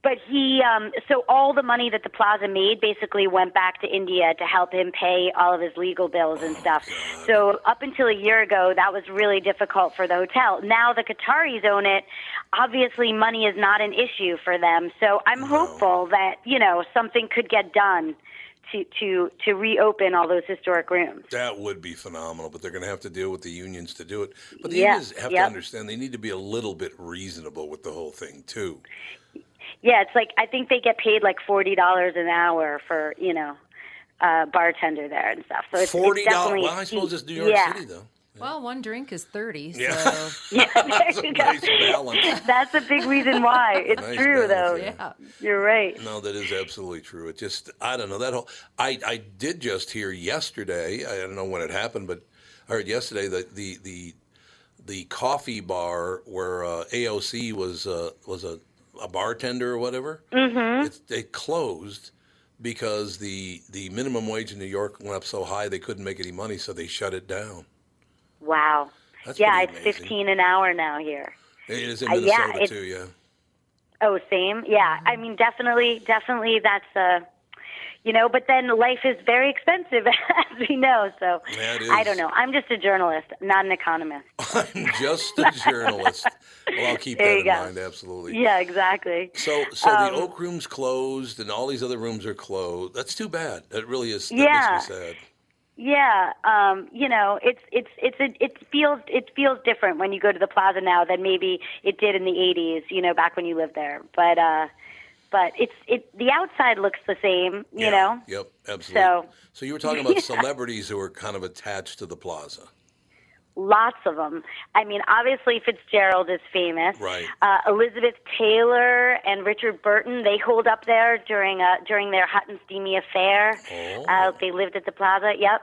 [SPEAKER 6] But he, um, so all the money that the plaza made basically went back to India to help him pay all of his legal bills and stuff. So up until a year ago, that was really difficult for the hotel. Now the Qataris own it. Obviously, money is not an issue for them. So I'm hopeful that you know something could get done to to to reopen all those historic rooms.
[SPEAKER 1] That would be phenomenal, but they're going to have to deal with the unions to do it. But the
[SPEAKER 6] Yeah,
[SPEAKER 1] unions have to
[SPEAKER 6] yep.
[SPEAKER 1] understand they need to be a little bit reasonable with the whole thing too.
[SPEAKER 6] Yeah, it's like I think they get paid like forty dollars an hour for you know uh, bartender there and stuff. So it's,
[SPEAKER 1] Forty
[SPEAKER 6] it's
[SPEAKER 1] dollars.
[SPEAKER 6] definitely
[SPEAKER 1] Well, I suppose it's New York
[SPEAKER 6] yeah.
[SPEAKER 1] City though.
[SPEAKER 3] Well, one drink is 30, so
[SPEAKER 1] Yeah.
[SPEAKER 6] Yeah,
[SPEAKER 1] That's
[SPEAKER 6] there
[SPEAKER 1] a
[SPEAKER 6] you go.
[SPEAKER 1] nice balance.
[SPEAKER 6] That's a big reason why. It's
[SPEAKER 1] Nice
[SPEAKER 6] true,
[SPEAKER 1] balance,
[SPEAKER 6] though. You're right.
[SPEAKER 1] No, that is absolutely true. It just I don't know that whole. I I did just hear yesterday. I don't know when it happened, but I heard yesterday that the the the coffee bar where uh, AOC was uh, was a, a bartender or whatever.
[SPEAKER 9] Mm-hmm.
[SPEAKER 1] It's, they closed because the the minimum wage in New York went up so high they couldn't make any money, so they shut it down.
[SPEAKER 6] Wow.
[SPEAKER 1] That's
[SPEAKER 6] yeah,
[SPEAKER 1] pretty
[SPEAKER 6] it's
[SPEAKER 1] amazing.
[SPEAKER 6] fifteen an hour now here.
[SPEAKER 1] It is in
[SPEAKER 6] Uh, yeah,
[SPEAKER 1] Minnesota
[SPEAKER 6] it's-
[SPEAKER 1] too. Yeah.
[SPEAKER 6] Oh, same. Yeah.
[SPEAKER 1] Mm-hmm.
[SPEAKER 6] I mean, definitely, definitely. That's uh you know. But then life is very expensive, as we know. So
[SPEAKER 1] Yeah, it
[SPEAKER 6] I
[SPEAKER 1] is.
[SPEAKER 6] don't know. I'm just a journalist, not an economist.
[SPEAKER 1] I'm just a journalist. Well, I'll keep
[SPEAKER 6] There
[SPEAKER 1] that
[SPEAKER 6] you
[SPEAKER 1] in
[SPEAKER 6] go.
[SPEAKER 1] mind. Absolutely.
[SPEAKER 6] Yeah, exactly.
[SPEAKER 1] So, so
[SPEAKER 6] Um,
[SPEAKER 1] the Oak Room's closed, and all these other rooms are closed. That's too bad. That really is. That
[SPEAKER 6] Yeah.
[SPEAKER 1] makes me sad.
[SPEAKER 6] Yeah, um, you know, it's it's it's a, it feels it feels different when you go to the plaza now than maybe it did in the '80s. You know, back when you lived there. But uh, but it's it the outside looks the same.
[SPEAKER 1] Yeah.
[SPEAKER 6] You know.
[SPEAKER 1] Yep. Absolutely. So,
[SPEAKER 6] So-
[SPEAKER 1] you were talking about
[SPEAKER 6] Yeah.
[SPEAKER 1] celebrities who are kind of attached to the plaza,
[SPEAKER 6] Lots of them. I mean, obviously Fitzgerald is famous.
[SPEAKER 1] right?
[SPEAKER 6] Uh, Elizabeth Taylor and Richard Burton, they hold up there during uh, during their hot and steamy affair. Uh, they lived at the Plaza. Yep.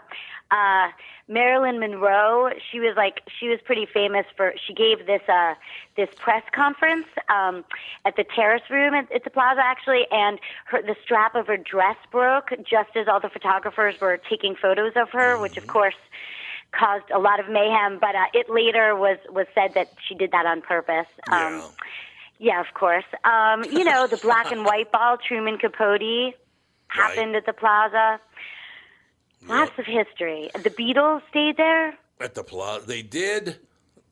[SPEAKER 6] Uh, Marilyn Monroe, she was like she was pretty famous for she gave this uh, this press conference um, at the Terrace Room at, at the Plaza actually, and her, the strap of her dress broke just as all the photographers were taking photos of her, which of course caused a lot of mayhem, but uh, it later was was said that she did that on purpose. Um, yeah. of course. Um, you know, the black and white ball, Truman Capote, happened at the Plaza. Lots of history. The Beatles stayed there.
[SPEAKER 1] At the plaza, they did.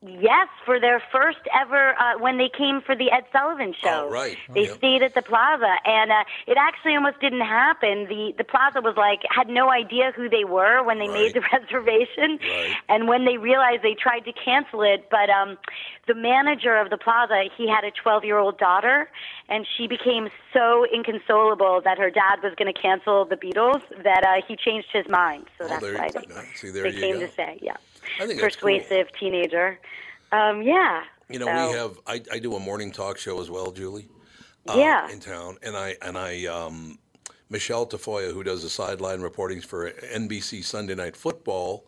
[SPEAKER 6] Yes, for their first ever uh, when they came for the Ed Sullivan show.
[SPEAKER 1] All right.
[SPEAKER 6] They
[SPEAKER 1] Yep.
[SPEAKER 6] stayed at the plaza, and uh, it actually almost didn't happen. The the plaza was like had no idea who they were when they made the reservation, and when they realized they tried to cancel it, but um, the manager of the plaza he had a twelve year old daughter, and she became so inconsolable that her dad was going to cancel the Beatles that uh, he changed his mind. So that's
[SPEAKER 1] there-
[SPEAKER 6] why they,
[SPEAKER 1] no, see, there
[SPEAKER 6] they
[SPEAKER 1] you
[SPEAKER 6] came
[SPEAKER 1] go.
[SPEAKER 6] to stay, yeah,
[SPEAKER 1] I think that's cool.
[SPEAKER 6] persuasive teenager. Um, yeah.
[SPEAKER 1] You know,
[SPEAKER 6] so-
[SPEAKER 1] we have. I, I do a morning talk show as well, Julie.
[SPEAKER 6] Yeah.
[SPEAKER 1] uh, In town, and I and I um, Michelle Tafoya, who does the sideline reportings for NBC Sunday Night Football,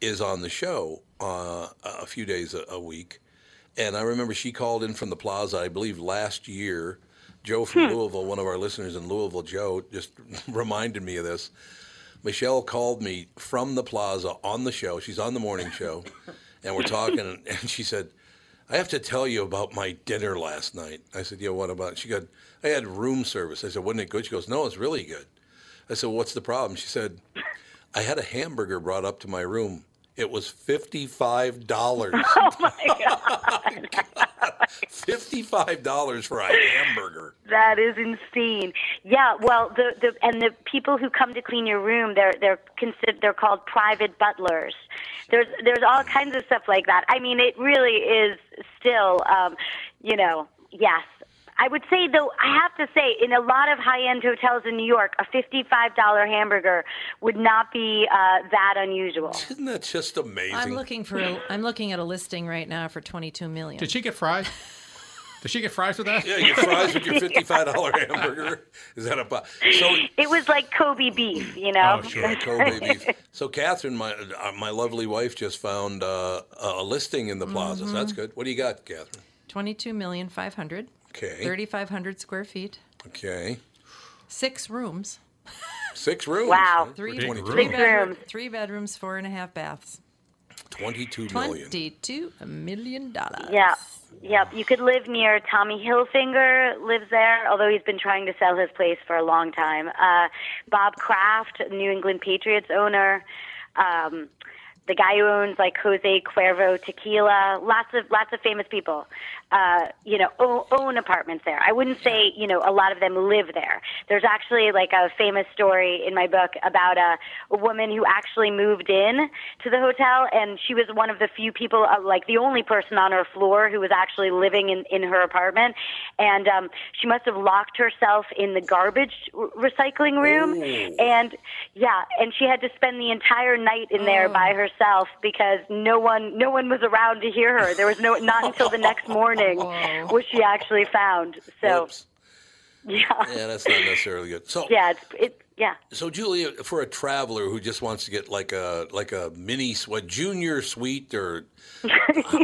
[SPEAKER 1] is on the show uh, a few days a, a week. And I remember she called in from the plaza, I believe last year. Joe from Louisville, one of our listeners in Louisville, Joe, just reminded me of this. Michelle called me from the plaza on the show. She's on the morning show, and we're talking, and she said, I have to tell you about my dinner last night. I said, Yeah, what about? it?" She got, I had room service. I said, Wasn't it good? She goes, No, it's really good. I said, What's the problem? She said, I had a hamburger brought up to my room. It was $55.
[SPEAKER 6] Oh my god,
[SPEAKER 1] $55 for a hamburger.
[SPEAKER 6] that is insane. Yeah, well, the, the and the people who come to clean your room, they're they're considered they're called private butlers. There's there's all kinds of stuff like that. I mean, it really is still, um, you know, yes. I would say though, I have to say, in a lot of high-end hotels in New York, a fifty-five dollar hamburger would not be uh, that unusual.
[SPEAKER 1] Isn't that just amazing?
[SPEAKER 3] I'm looking for. A, I'm looking at a listing right now for 22 million.
[SPEAKER 2] Did she get fries? Did she get fries with that?
[SPEAKER 1] Yeah, you get fries with your fifty-five dollar hamburger. Is that a bu- so?
[SPEAKER 6] It was like Kobe beef, you know.
[SPEAKER 1] Kobe beef. So Catherine, my uh, my lovely wife, just found uh, a listing in the plaza. So that's
[SPEAKER 6] Mm-hmm.
[SPEAKER 3] Mhm.
[SPEAKER 1] good. What do you got, Catherine?
[SPEAKER 3] 22 million 500.
[SPEAKER 1] Okay.
[SPEAKER 3] 3,500 square feet.
[SPEAKER 1] Okay,
[SPEAKER 3] Six rooms.
[SPEAKER 1] six rooms. huh?
[SPEAKER 3] Three,
[SPEAKER 1] For
[SPEAKER 3] three,
[SPEAKER 1] 22.
[SPEAKER 3] bedrooms. Three bedrooms, four and a half baths.
[SPEAKER 1] Twenty-two million.
[SPEAKER 3] Twenty-two million dollars.
[SPEAKER 6] Yeah. Yep. You could live near Tommy Hilfiger, lives there, although he's been trying to sell his place for a long time. Uh, Bob Kraft, New England Patriots owner, um, the guy who owns like Jose Cuervo Tequila, lots of lots of famous people, uh, you know, o- own apartments there. I wouldn't say you know a lot of them live there. There's actually like a famous story in my book about a, a woman who actually moved in to the hotel, and she was one of the few people, uh, like the only person on her floor who was actually living in in her apartment, and um, she must have locked herself in the garbage r- recycling room, and yeah, and she had to spend the entire night in there by herself because no one no one was around to hear her. There was no not until the next morning was she actually found. So yeah,
[SPEAKER 1] Yeah, that's not necessarily good. So
[SPEAKER 6] yeah, it's, it yeah.
[SPEAKER 1] So, Julia, for a traveler who just wants to get like a like a mini what junior suite, or h-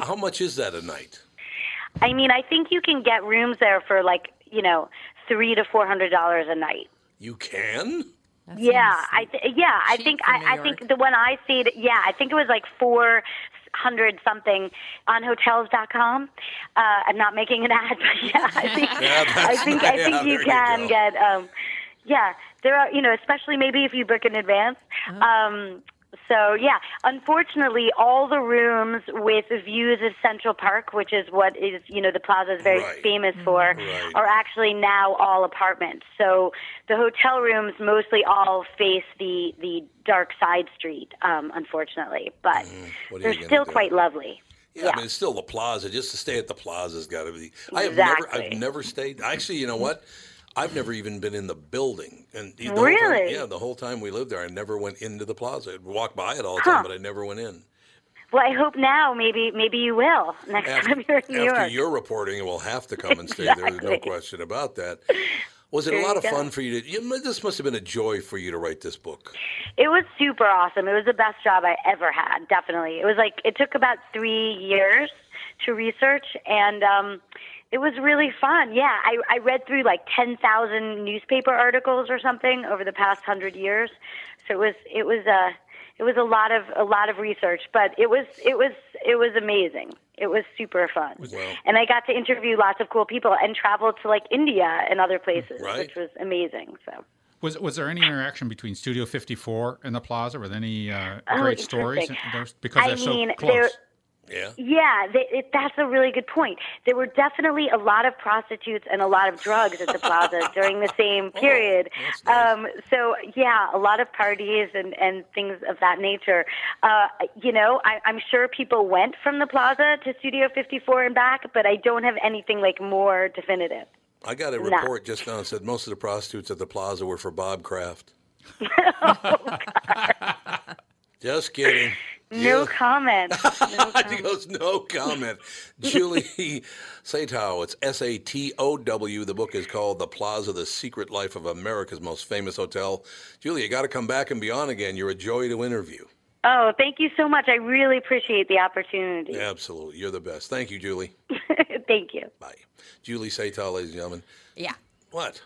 [SPEAKER 1] how much is that a night?
[SPEAKER 6] I mean, I think you can get rooms there for like you know three to four hundred dollars a night.
[SPEAKER 1] You can.
[SPEAKER 6] yeah, I th- yeah, I think I, I think the one I see, yeah, I think it was like four hundred something on hotels.com. Uh, I'm not making an ad, but yeah, I think
[SPEAKER 9] Yeah,
[SPEAKER 6] I
[SPEAKER 9] that's
[SPEAKER 6] think
[SPEAKER 9] not-
[SPEAKER 6] I
[SPEAKER 9] yeah,
[SPEAKER 6] think
[SPEAKER 9] there
[SPEAKER 6] you
[SPEAKER 9] you
[SPEAKER 6] can
[SPEAKER 9] go.
[SPEAKER 6] get um, yeah, there are you know, especially maybe if you book in advance. Um, so yeah, unfortunately, all the rooms with views of Central Park, which is what is you know the plaza is very famous
[SPEAKER 1] Mm,
[SPEAKER 6] for, are actually now all apartments. So the hotel rooms mostly all face the the dark side street, um, unfortunately, but
[SPEAKER 1] Mm, What are you
[SPEAKER 6] they're
[SPEAKER 1] gonna
[SPEAKER 6] still
[SPEAKER 1] do?
[SPEAKER 6] quite lovely.
[SPEAKER 1] Yeah, I mean, it's still the plaza. Just to stay at the plaza's got to be. I have never, I've
[SPEAKER 6] Exactly.
[SPEAKER 1] never stayed. Actually, you know what? I've never even been in the building. And the Whole time,
[SPEAKER 6] Really?
[SPEAKER 1] yeah, the whole time we lived there, I never went into the plaza. I'd walk by it all the
[SPEAKER 6] Huh.
[SPEAKER 1] time, but I never went in.
[SPEAKER 6] Well, I hope now maybe maybe you will next time you're in New
[SPEAKER 1] After
[SPEAKER 6] York.
[SPEAKER 1] your reporting, we'll have to come and stay there. There's no
[SPEAKER 6] Exactly.
[SPEAKER 1] question about that. Was it
[SPEAKER 6] There
[SPEAKER 1] a
[SPEAKER 6] you
[SPEAKER 1] lot of
[SPEAKER 6] go.
[SPEAKER 1] fun for you to? You, this must have been a joy for you to write this book.
[SPEAKER 6] It was super awesome. It was the best job I ever had, definitely. It was like it took about three years to research and um it was really fun. Yeah, I, I read through like ten thousand newspaper articles or something over the past hundred years. So it was it was a it was a lot of a lot of research, but it was it was it was amazing. It was super fun, and I got to interview lots of cool people and travel to like India and other places,
[SPEAKER 2] Right.
[SPEAKER 6] which was amazing. So.
[SPEAKER 2] Was was there any interaction between Studio 54 and the Plaza with any uh,
[SPEAKER 6] Oh,
[SPEAKER 2] great
[SPEAKER 6] it's
[SPEAKER 2] stories?
[SPEAKER 6] perfect.
[SPEAKER 2] And those- Because
[SPEAKER 6] I
[SPEAKER 2] they're
[SPEAKER 6] mean,
[SPEAKER 2] so close.
[SPEAKER 6] they're-
[SPEAKER 1] Yeah.
[SPEAKER 6] Yeah, they, it, that's a really good point. There were definitely a lot of prostitutes and a lot of drugs at the plaza during the same
[SPEAKER 1] Oh,
[SPEAKER 6] period. um, so yeah, a lot of parties and and things of that nature. Uh, you know, I, I'm sure people went from the plaza to Studio 54 and back, but I don't have anything like more definitive.
[SPEAKER 1] I got a
[SPEAKER 6] Nah.
[SPEAKER 1] report just now that said most of the prostitutes at the plaza were for Bob Kraft.
[SPEAKER 6] Oh,
[SPEAKER 1] just kidding.
[SPEAKER 6] No comment. No
[SPEAKER 1] She goes, no comment. Julie Satow, it's S A T O W. The book is called The Plaza, The Secret Life of America's Most Famous Hotel. Julie, you got to come back and be on again. You're a joy to interview.
[SPEAKER 6] Oh, thank you so much. I really appreciate the opportunity.
[SPEAKER 1] Absolutely. You're the best. Thank you, Julie.
[SPEAKER 6] thank you.
[SPEAKER 1] Julie Satow, ladies and gentlemen.
[SPEAKER 3] Yeah.
[SPEAKER 1] What?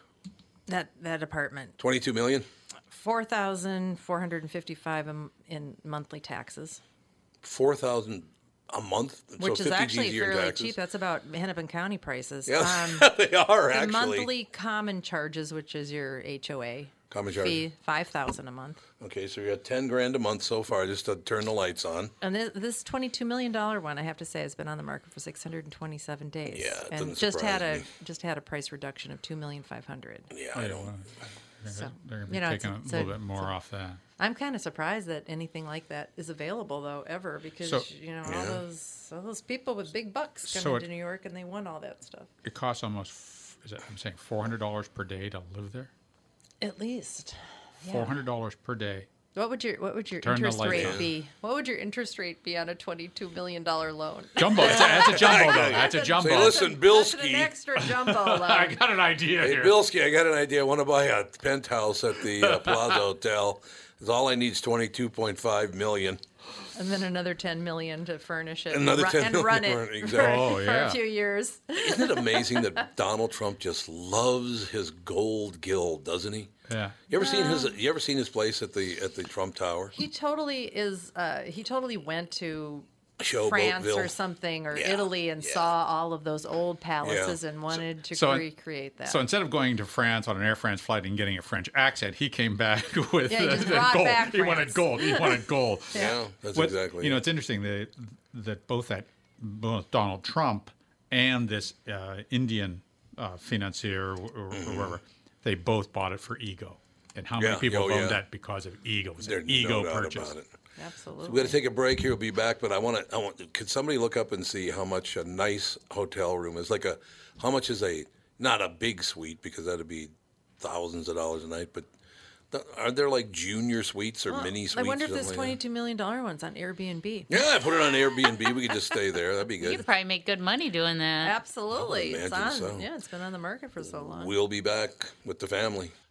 [SPEAKER 3] That that apartment.
[SPEAKER 1] 22 million?
[SPEAKER 3] four thousand four hundred and fifty-five in, in monthly taxes,
[SPEAKER 1] Four thousand a month,
[SPEAKER 3] which
[SPEAKER 1] so
[SPEAKER 3] is
[SPEAKER 1] 50
[SPEAKER 3] actually
[SPEAKER 1] G's a year in
[SPEAKER 3] fairly
[SPEAKER 1] taxes.
[SPEAKER 3] cheap. That's about Hennepin County prices. Um,
[SPEAKER 1] Yeah, they are,
[SPEAKER 3] the
[SPEAKER 1] actually.
[SPEAKER 3] monthly common charges, which is your HOA
[SPEAKER 1] Common charge.
[SPEAKER 3] fee, five thousand a month,
[SPEAKER 1] Okay, so you're at ten grand a month so far just to turn the lights on.
[SPEAKER 3] and this, this twenty-two million dollar one, I have to say, has been on the market for six hundred and twenty-seven days.
[SPEAKER 1] Yeah, it
[SPEAKER 3] and
[SPEAKER 1] doesn't
[SPEAKER 3] just had a
[SPEAKER 1] surprise me.
[SPEAKER 3] just had a price reduction of two million five hundred.
[SPEAKER 1] Yeah,
[SPEAKER 2] Oh,
[SPEAKER 1] I
[SPEAKER 2] yeah,
[SPEAKER 1] don't.
[SPEAKER 2] well, They're,
[SPEAKER 3] So,
[SPEAKER 2] they're going to be
[SPEAKER 3] you know, it's-
[SPEAKER 2] taking a
[SPEAKER 3] it's a-
[SPEAKER 2] little bit more
[SPEAKER 3] it's a-
[SPEAKER 2] off that.
[SPEAKER 3] I'm kind of surprised that anything like that is available though ever because
[SPEAKER 2] So-
[SPEAKER 3] you know
[SPEAKER 2] Yeah.
[SPEAKER 3] all those all those people with big bucks come
[SPEAKER 2] So
[SPEAKER 3] into
[SPEAKER 2] it-
[SPEAKER 3] New York and they want all that stuff.
[SPEAKER 2] It costs almost, f- is it, I'm saying $400 per day to live there?
[SPEAKER 3] At least. Yeah.
[SPEAKER 2] $400 per day.
[SPEAKER 3] What would your what would your
[SPEAKER 2] Turn the
[SPEAKER 3] interest
[SPEAKER 2] lights
[SPEAKER 3] rate
[SPEAKER 2] on.
[SPEAKER 3] be? What would your interest rate be on a twenty-two million dollar loan?
[SPEAKER 2] Jumbo. That's a, that's a jumbo, though.
[SPEAKER 1] Exactly.
[SPEAKER 2] That's a
[SPEAKER 1] Say,
[SPEAKER 2] jumbo.
[SPEAKER 1] listen, Bilski.
[SPEAKER 3] extra uh, jumbo loan.
[SPEAKER 2] I got an idea
[SPEAKER 1] Hey,
[SPEAKER 2] here.
[SPEAKER 1] Bilski, I got an idea. I want to buy a penthouse at the uh, Plaza Hotel. 'Cause All I need is twenty-two point five million.
[SPEAKER 3] and then another ten million to furnish it and
[SPEAKER 1] Another
[SPEAKER 3] ru-
[SPEAKER 1] 10
[SPEAKER 3] and
[SPEAKER 1] million
[SPEAKER 3] run it
[SPEAKER 1] for it,
[SPEAKER 3] for,
[SPEAKER 1] exactly. Oh,
[SPEAKER 3] for
[SPEAKER 1] yeah.
[SPEAKER 3] a few years.
[SPEAKER 1] Isn't it amazing that Donald Trump just loves his gold guild, doesn't he?
[SPEAKER 2] Yeah.
[SPEAKER 1] You ever seen
[SPEAKER 3] Uh.
[SPEAKER 1] his? You ever seen his place at the at the Trump Tower?
[SPEAKER 3] He totally is. Uh, he totally went to
[SPEAKER 1] Showboatville.
[SPEAKER 3] France or something or Italy and saw all of those old palaces and wanted to
[SPEAKER 2] so-
[SPEAKER 3] recreate that.
[SPEAKER 2] So instead of going to France on an Air France flight and getting a French accent, he came back with
[SPEAKER 3] Yeah, he
[SPEAKER 2] the-
[SPEAKER 3] just
[SPEAKER 2] the
[SPEAKER 3] brought
[SPEAKER 2] gold.
[SPEAKER 3] back
[SPEAKER 2] he wanted
[SPEAKER 3] France.
[SPEAKER 2] gold. He wanted gold.
[SPEAKER 1] Yeah. Yeah, that's exactly
[SPEAKER 2] You know,
[SPEAKER 1] it.
[SPEAKER 2] it's interesting that that both that both Donald Trump and this uh, Indian uh, financier or, or whoever, they both bought it for ego. And how
[SPEAKER 1] Mm-hmm. Yeah.
[SPEAKER 2] many people
[SPEAKER 1] Oh,
[SPEAKER 2] have owned
[SPEAKER 1] yeah.
[SPEAKER 2] that because of ego? It was
[SPEAKER 1] There's
[SPEAKER 2] an
[SPEAKER 1] no
[SPEAKER 2] ego
[SPEAKER 1] doubt
[SPEAKER 2] purchase.
[SPEAKER 1] about it.
[SPEAKER 3] Absolutely.
[SPEAKER 1] So we got to take a break here. We'll be back, but I want to. I want. Could somebody look up and see how much a nice hotel room is? Like a, how much is a not a big suite because that'd be thousands of dollars a night. But th- are there like junior suites or
[SPEAKER 3] Well,
[SPEAKER 1] mini suites?
[SPEAKER 3] I wonder
[SPEAKER 1] or
[SPEAKER 3] if this
[SPEAKER 1] something like
[SPEAKER 3] twenty-two million dollar one's on Airbnb.
[SPEAKER 1] that? Yeah, put it on Airbnb. we could just stay there. That'd be
[SPEAKER 5] You
[SPEAKER 1] good.
[SPEAKER 5] could probably make good money doing that.
[SPEAKER 3] Absolutely,
[SPEAKER 1] I would
[SPEAKER 3] it's on.
[SPEAKER 1] imagine so.
[SPEAKER 3] Yeah, it's been on the market for so long.
[SPEAKER 1] We'll be back with the family.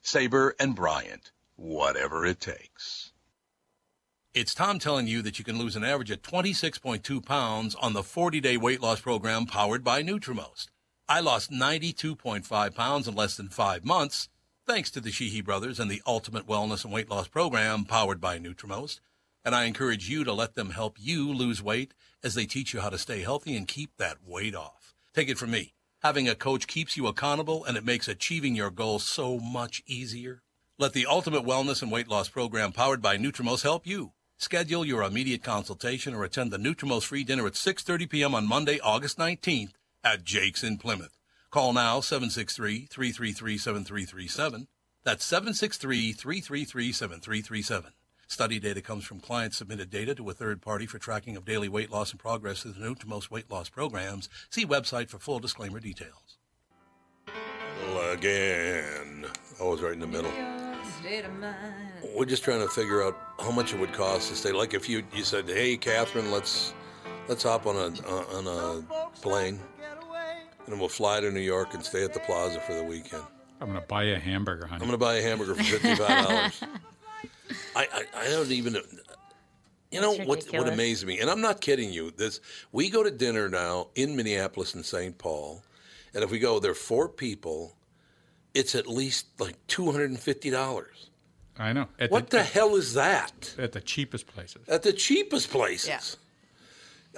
[SPEAKER 1] Sabre and Bryant, whatever it takes. It's Tom telling you that you can lose an average of 26.2 pounds on the 40 day weight loss program powered by Nutrimost. I lost 92.5 pounds in less than five months thanks to the Sheehy Brothers and the Ultimate Wellness and Weight Loss Program powered by Nutrimost. And I encourage you to let them help you lose weight as they teach you how to stay healthy and keep that weight off. Take it from me. Having a coach keeps you accountable and it makes achieving your goals so much easier. Let the Ultimate Wellness and Weight Loss Program powered by Nutrimos help you. Schedule your immediate consultation or attend the Nutrimos free dinner at 6:30 p.m. on Monday, August 19th at Jake's in Plymouth. Call now 763-333-7337. That's 763-333-7337. Study data comes from clients submitted data to a third party for tracking of daily weight loss and progress through the Nutrimos weight loss programs. See website for full disclaimer details. Again. I was right in the middle.
[SPEAKER 3] State of mind.
[SPEAKER 1] We're just trying to figure out how much it would cost to stay. Like if you you said, "Hey, Catherine, let's let's hop on a uh, on a plane, and we'll fly to New York and stay at the Plaza for the weekend."
[SPEAKER 2] I'm going to buy you a hamburger,
[SPEAKER 1] I'm
[SPEAKER 2] honey.
[SPEAKER 1] gonna buy a hamburger for fifty five dollars. I, I I don't even. You know
[SPEAKER 5] That's
[SPEAKER 1] what? What
[SPEAKER 5] ridiculous.
[SPEAKER 1] amazed me, and I'm not kidding you. This we go to dinner now in Minneapolis and St. Paul, and if we go, there are four people. It's at least like two hundred and fifty dollars.
[SPEAKER 2] I know. At
[SPEAKER 1] What the Uh, hell is that?
[SPEAKER 2] At the cheapest places.
[SPEAKER 1] At the cheapest places.
[SPEAKER 3] Yeah.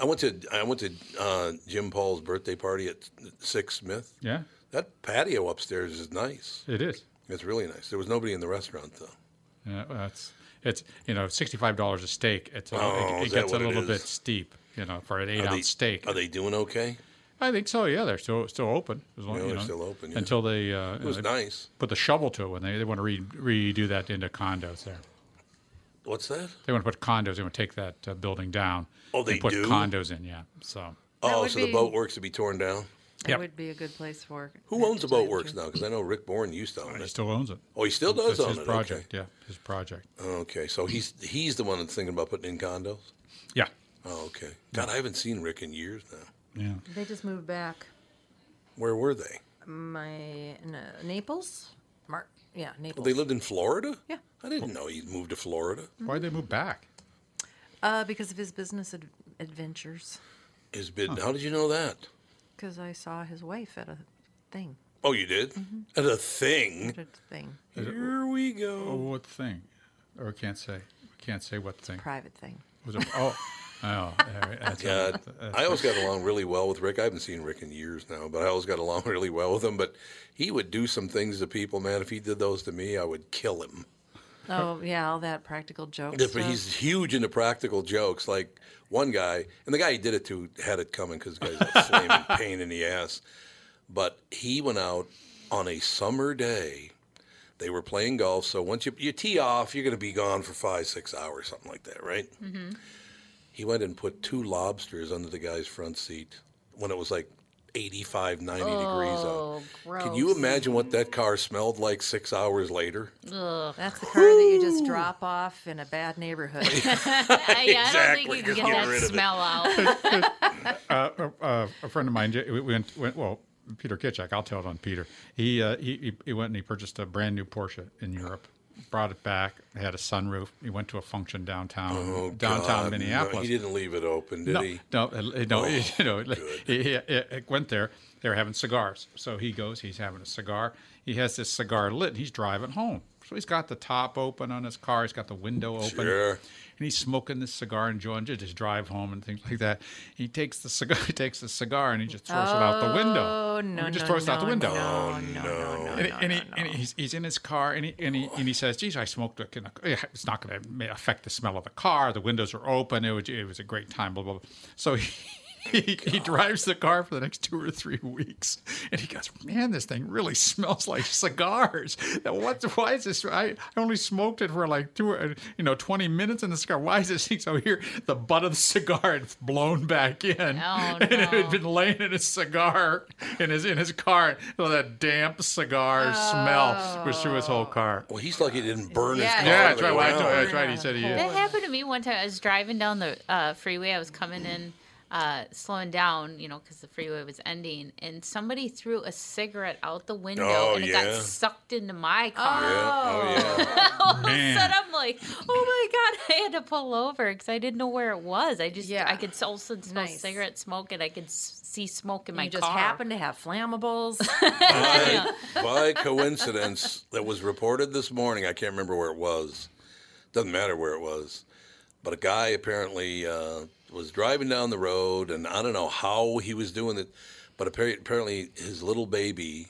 [SPEAKER 1] I went to I went to uh, Jim Paul's birthday party at Six Smith.
[SPEAKER 2] Yeah,
[SPEAKER 1] That patio upstairs is nice.
[SPEAKER 2] it is.
[SPEAKER 1] It's really nice. There was nobody in the restaurant though.
[SPEAKER 2] Yeah, well, it's it's you know sixty five dollars a steak. It's a,
[SPEAKER 1] Oh,
[SPEAKER 2] it,
[SPEAKER 1] is
[SPEAKER 2] it
[SPEAKER 1] that
[SPEAKER 2] gets a
[SPEAKER 1] what it
[SPEAKER 2] little
[SPEAKER 1] is?
[SPEAKER 2] bit steep, you know, for an eight
[SPEAKER 1] they-
[SPEAKER 2] ounce steak.
[SPEAKER 1] Are they doing okay?
[SPEAKER 2] I think so. Yeah, they're still still open. As long,
[SPEAKER 1] Yeah,
[SPEAKER 2] you
[SPEAKER 1] they're
[SPEAKER 2] know,
[SPEAKER 1] still open, yeah.
[SPEAKER 2] until they. Uh,
[SPEAKER 1] It was
[SPEAKER 2] they
[SPEAKER 1] nice.
[SPEAKER 2] Put the shovel to it when they they want to re, redo that into condos. There,
[SPEAKER 1] What's that?
[SPEAKER 2] they want to put condos. They want to take that uh, building down.
[SPEAKER 1] Oh, they
[SPEAKER 2] and put
[SPEAKER 1] do?
[SPEAKER 2] condos in. Yeah, so
[SPEAKER 1] oh,
[SPEAKER 3] would
[SPEAKER 1] so the
[SPEAKER 3] be-
[SPEAKER 1] boat works to be torn down.
[SPEAKER 3] It
[SPEAKER 2] Yep.
[SPEAKER 3] would be a good place for.
[SPEAKER 1] Who owns the Boatworks now? Because I know Rick Bourne used to own it. He
[SPEAKER 2] still owns it.
[SPEAKER 1] Oh, he still does
[SPEAKER 2] That's
[SPEAKER 1] own
[SPEAKER 2] his
[SPEAKER 1] it.
[SPEAKER 2] project. Yeah, his project.
[SPEAKER 1] Okay. Okay. So he's he's the one that's thinking about putting in condos.
[SPEAKER 2] Yeah.
[SPEAKER 1] Oh, okay. God, I haven't seen Rick in years now.
[SPEAKER 2] Yeah.
[SPEAKER 3] They just moved back.
[SPEAKER 1] Where were they?
[SPEAKER 3] My no, Naples, Mark. Yeah,
[SPEAKER 1] Well,
[SPEAKER 3] Naples.
[SPEAKER 1] they lived in Florida.
[SPEAKER 3] Yeah.
[SPEAKER 1] I didn't know he moved to Florida.
[SPEAKER 2] Why'd they move back?
[SPEAKER 3] uh, because of his business ad- adventures.
[SPEAKER 1] His bid. How did you know that?
[SPEAKER 3] Because I saw his wife at a thing.
[SPEAKER 1] Oh, you did. At a thing.
[SPEAKER 3] At a thing.
[SPEAKER 1] Here we go.
[SPEAKER 2] Oh, what thing? Or can't say. Can't say what thing.
[SPEAKER 3] Private thing.
[SPEAKER 2] Was it? Oh. oh. all right, that's-
[SPEAKER 1] God,
[SPEAKER 2] that's-
[SPEAKER 1] I always got along really well with Rick. I haven't seen Rick in years now, but I always got along really well with him. But he would do some things to people, man. If he did those to me, I would kill him.
[SPEAKER 3] Oh yeah, all that practical jokes.
[SPEAKER 1] Yeah, but he's huge into practical jokes. Like one guy, and the guy he did it to had it coming because guy's a flaming pain in the ass. But he went out on a summer day. They were playing golf, so once you, you tee off, you're going to be gone for five, six hours, something like that, right?
[SPEAKER 5] Mm-hmm.
[SPEAKER 1] He went and put two lobsters under the guy's front seat when it was like 85, 90 degrees out.
[SPEAKER 5] oh, gross. Uh,
[SPEAKER 1] Can you imagine what that car smelled like six hours later?
[SPEAKER 3] Ugh. That's the car that you just drop off in a bad neighborhood.
[SPEAKER 5] yeah, I don't
[SPEAKER 1] Exactly,
[SPEAKER 5] think you
[SPEAKER 1] just
[SPEAKER 5] can get
[SPEAKER 1] get
[SPEAKER 5] that
[SPEAKER 1] rid of it.
[SPEAKER 5] smell out.
[SPEAKER 2] uh, uh, a friend of mine j- we went, went well peter kitchak i'll tell it on peter he, uh, he he- he went and he purchased a brand new porsche in europe brought it back had a sunroof he went to a function downtown
[SPEAKER 1] Oh,
[SPEAKER 2] downtown
[SPEAKER 1] God, no.
[SPEAKER 2] minneapolis
[SPEAKER 1] he didn't leave it open, did
[SPEAKER 2] no,
[SPEAKER 1] he?
[SPEAKER 2] No, uh, no,
[SPEAKER 1] Oh,
[SPEAKER 2] you know, he, he, he went there. They were having cigars, so he goes. He's having a cigar. He has this cigar lit. And he's driving home, so he's got the top open on his car. He's got the window open,
[SPEAKER 1] Sure.
[SPEAKER 2] and he's smoking this cigar, enjoying just his drive home and things like that. He takes the cigar. He takes the cigar and he just throws it out the window.
[SPEAKER 3] Oh, no,
[SPEAKER 2] he just
[SPEAKER 3] no,
[SPEAKER 2] throws it out the
[SPEAKER 3] no,
[SPEAKER 2] window.
[SPEAKER 3] no,
[SPEAKER 1] Oh,
[SPEAKER 2] no, no, no, and, and he, and he's, he's in his car and he, and he, and he says, geez, I smoked. A, can I- it's not going to affect the smell of the car. The windows are open. It was, it was a great time, blah, blah, blah. So he, he, he drives the car for the next two or three weeks. And he goes, man, this thing really smells like cigars. Now, What's, why is this? I, I only smoked it for like two, or, you know, 20 minutes in the cigar. Why is this thing so here? The butt of the cigar had blown back in. and it had been laying in his cigar, in his, in his car. So that damp cigar smell was through his whole car.
[SPEAKER 1] Well, he's lucky he didn't burn
[SPEAKER 5] Yeah.
[SPEAKER 2] Yeah,
[SPEAKER 5] car
[SPEAKER 2] that's
[SPEAKER 1] on
[SPEAKER 2] right.
[SPEAKER 1] the
[SPEAKER 2] Well, I
[SPEAKER 1] ground.
[SPEAKER 2] told- that's right. He said he
[SPEAKER 5] That happened to me one time. I was driving down the uh, freeway. I was coming in, uh, slowing down, you know, because the freeway was ending, and somebody threw a cigarette out the window,
[SPEAKER 1] Oh,
[SPEAKER 5] and it
[SPEAKER 1] yeah.
[SPEAKER 5] got sucked into my car.
[SPEAKER 1] Yeah. Oh, yeah.
[SPEAKER 5] All of a
[SPEAKER 1] Man.
[SPEAKER 5] sudden, I'm like, oh my god! I had to pull over because I didn't know where it was. I just, I could also smell cigarette smoke, and I could s- see smoke in my
[SPEAKER 3] you
[SPEAKER 5] car.
[SPEAKER 3] just happen to have flammables.
[SPEAKER 1] by coincidence that was reported this morning. I can't remember where it was. Doesn't matter where it was. But a guy apparently uh, was driving down the road, and I don't know how he was doing it, but apparently, apparently his little baby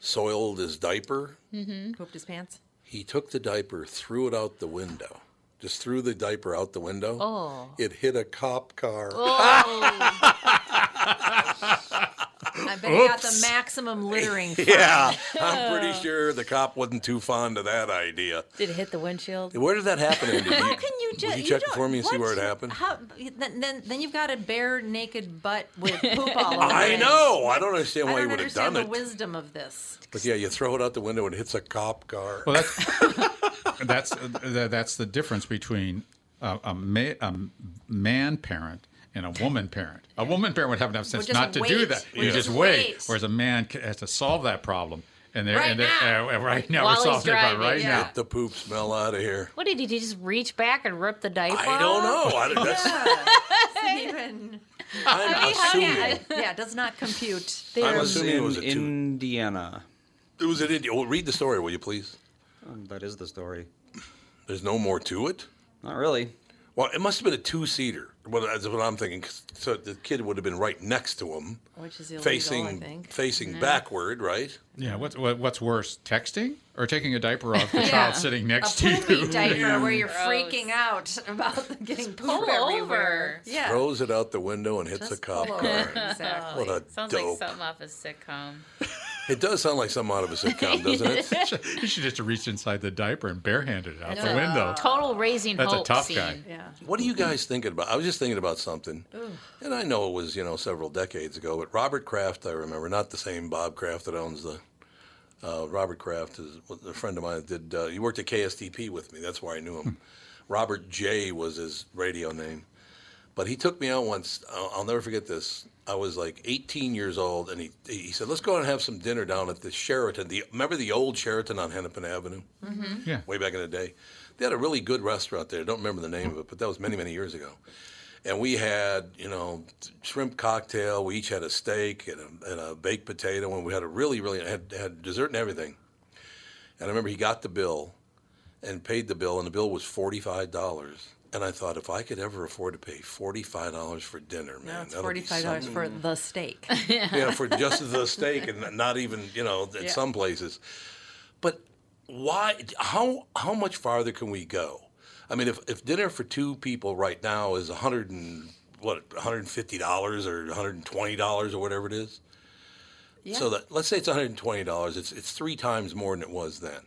[SPEAKER 1] soiled his diaper.
[SPEAKER 3] mm-hmm. Pooped his pants.
[SPEAKER 1] He took the diaper, threw it out the window, just threw the diaper out the window.
[SPEAKER 3] Oh.
[SPEAKER 1] It hit a cop car.
[SPEAKER 3] I bet he got the
[SPEAKER 1] Oops.
[SPEAKER 3] maximum littering. fine.
[SPEAKER 1] yeah, I'm pretty sure the cop wasn't too fond of that idea.
[SPEAKER 3] Did it hit the windshield?
[SPEAKER 1] Where did that happen, Andy? Do
[SPEAKER 3] How
[SPEAKER 1] you-
[SPEAKER 3] can you
[SPEAKER 1] would
[SPEAKER 3] just?
[SPEAKER 1] you check for me and see where it happened?
[SPEAKER 3] How, then, then, then you've got a bare naked butt with poop all over
[SPEAKER 1] I
[SPEAKER 3] it.
[SPEAKER 1] know. I don't understand
[SPEAKER 3] I
[SPEAKER 1] why you
[SPEAKER 3] don't
[SPEAKER 1] would have done
[SPEAKER 3] understand the
[SPEAKER 1] it.
[SPEAKER 3] wisdom of this.
[SPEAKER 1] But yeah, you throw it out the window and it hits a cop car.
[SPEAKER 2] Well, that's that's uh, th- that's the difference between a, a, ma- a man parent and a woman parent. A woman parent would have enough sense
[SPEAKER 9] just
[SPEAKER 2] not to do
[SPEAKER 9] wait.
[SPEAKER 2] that.
[SPEAKER 9] We
[SPEAKER 2] You
[SPEAKER 9] just
[SPEAKER 2] just wait.
[SPEAKER 9] wait.
[SPEAKER 2] Whereas a man ca- has to solve that problem. And they're,
[SPEAKER 5] Right
[SPEAKER 2] and they're Uh, right now
[SPEAKER 5] While
[SPEAKER 2] we're
[SPEAKER 5] he's
[SPEAKER 2] solving that
[SPEAKER 5] driving,
[SPEAKER 2] problem right
[SPEAKER 5] yeah.
[SPEAKER 2] now.
[SPEAKER 1] Get the poop smell out of here.
[SPEAKER 5] What did he do? Just reach back and rip the diaper?
[SPEAKER 1] I don't know. I, that's,
[SPEAKER 3] even.
[SPEAKER 1] I'm assuming.
[SPEAKER 3] yeah, it does not compute.
[SPEAKER 1] I'm
[SPEAKER 3] There.
[SPEAKER 1] assuming it was a two.
[SPEAKER 4] Indiana.
[SPEAKER 1] It was an Indiana. Well, read the story, will you please?
[SPEAKER 4] Um, that is the story.
[SPEAKER 1] There's no more to it.
[SPEAKER 4] Not really.
[SPEAKER 1] Well, it must have been a two-seater. Well, that's what I'm thinking. 'cause- So the kid would have been right next to him,
[SPEAKER 3] Which is illegal,
[SPEAKER 1] facing
[SPEAKER 3] I think.
[SPEAKER 1] facing
[SPEAKER 3] Yeah.
[SPEAKER 1] backward, right?
[SPEAKER 2] Yeah. What's what, what's worse, texting or taking a diaper off the
[SPEAKER 3] Yeah.
[SPEAKER 2] child sitting next
[SPEAKER 3] a
[SPEAKER 2] to you?
[SPEAKER 3] poopy diaper where you're
[SPEAKER 5] Gross.
[SPEAKER 3] freaking out about getting poop
[SPEAKER 5] pull over.
[SPEAKER 3] everywhere. Yeah.
[SPEAKER 1] Throws it out the window and hits a cop car.
[SPEAKER 5] exactly.
[SPEAKER 1] What a
[SPEAKER 5] Sounds
[SPEAKER 1] dope.
[SPEAKER 5] like something off a sitcom.
[SPEAKER 1] It does sound like something out of a sitcom, doesn't it?
[SPEAKER 2] you should just reach inside the diaper and barehanded it out
[SPEAKER 5] No.
[SPEAKER 2] the window.
[SPEAKER 5] Total raising
[SPEAKER 2] That's a
[SPEAKER 5] hope
[SPEAKER 2] tough
[SPEAKER 5] scene.
[SPEAKER 2] guy.
[SPEAKER 5] Yeah.
[SPEAKER 1] What are you guys thinking about? I was just thinking about something, and I know it was you know several decades ago, but Robert Kraft, I remember, not the same Bob Kraft that owns the. Uh, Robert Kraft is was a friend of mine. That did uh, he worked at KSTP with me? That's where I knew him. Robert J was his radio name, but he took me out once. I'll, I'll never forget this. I was like 18 years old, and he he said, "Let's go out and have some dinner down at the Sheraton." The remember the old Sheraton on Hennepin Avenue?
[SPEAKER 9] Mm-hmm.
[SPEAKER 2] Yeah.
[SPEAKER 1] way back in the day. They had a really good restaurant there. I don't remember the name of it, but that was many, many years ago. And we had, you know, shrimp cocktail. We each had a steak and a, and a baked potato, and we had a really, really had, had dessert and everything. And I remember he got the bill and paid the bill, and the bill was forty five dollars. And I thought, if I could ever afford to pay forty five dollars for dinner, man,
[SPEAKER 3] No, it's
[SPEAKER 1] that'll be
[SPEAKER 3] forty-five dollars for
[SPEAKER 1] something
[SPEAKER 3] the steak.
[SPEAKER 1] yeah, for just the steak and not even you know at
[SPEAKER 3] Yeah.
[SPEAKER 1] some places. But why? How how much farther can we go? I mean, if if dinner for two people right now is a hundred and what one hundred and fifty dollars or one hundred and twenty dollars or whatever it is. So that let's say it's one hundred and twenty dollars. It's it's three times more than it was then.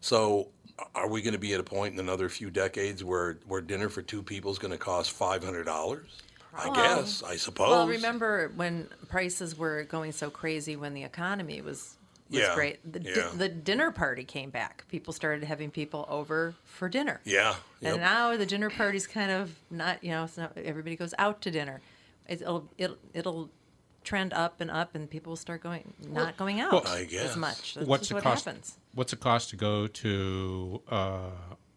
[SPEAKER 1] So. Are we going to be at a point in another few decades where, where dinner for two people is going to cost five hundred dollars? I
[SPEAKER 3] Well,
[SPEAKER 1] guess. I suppose.
[SPEAKER 3] Well, remember when prices were going so crazy when the economy was was
[SPEAKER 1] Yeah,
[SPEAKER 3] great. The, di-
[SPEAKER 1] yeah.
[SPEAKER 3] the dinner party came back. People started having people over for dinner.
[SPEAKER 1] Yeah.
[SPEAKER 3] And
[SPEAKER 1] yep.
[SPEAKER 3] now the dinner party's kind of not, you know, it's not everybody goes out to dinner. It'll it'll it'll trend up and up, and people will start going not going out as much. That's
[SPEAKER 2] what's
[SPEAKER 3] just
[SPEAKER 2] the
[SPEAKER 3] what
[SPEAKER 2] cost?
[SPEAKER 3] happens.
[SPEAKER 2] What's the cost to go to uh,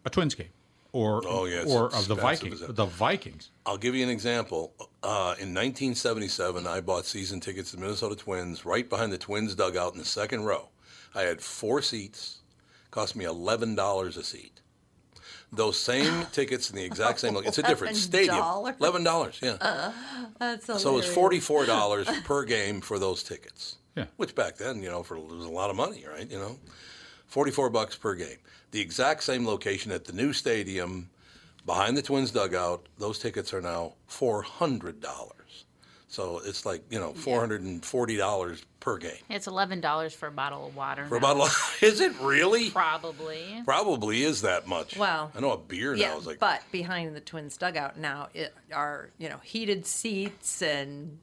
[SPEAKER 2] a Twins game or
[SPEAKER 1] Oh, yeah, it's
[SPEAKER 2] or of the
[SPEAKER 1] expensive,
[SPEAKER 2] Vikings?
[SPEAKER 1] isn't it?
[SPEAKER 2] The Vikings.
[SPEAKER 1] I'll give you an example. Uh, in 1977, I bought season tickets to the Minnesota Twins right behind the Twins dugout in the second row. I had four seats. Cost me $11 a seat. Those same tickets in the exact same. It's a different stadium.
[SPEAKER 3] $11?
[SPEAKER 1] $11, yeah.
[SPEAKER 3] Uh, that's
[SPEAKER 1] so it's
[SPEAKER 3] hilarious.
[SPEAKER 1] forty-four dollars per game for those tickets.
[SPEAKER 2] Yeah.
[SPEAKER 1] Which back then, you know, for it was a lot of money, right? You know, forty-four bucks per game. The exact same location at the new stadium, behind the Twins dugout. Those tickets are now four hundred dollars. So it's like you know, four hundred and forty dollars per game
[SPEAKER 5] It's eleven dollars for a bottle of water.
[SPEAKER 1] for a
[SPEAKER 5] now.
[SPEAKER 1] bottle. Of, is it really?
[SPEAKER 5] Probably.
[SPEAKER 1] Probably is that much.
[SPEAKER 3] Well,
[SPEAKER 1] I know a beer
[SPEAKER 3] yeah,
[SPEAKER 1] now is like
[SPEAKER 3] but behind the Twins dugout now it are you know heated seats and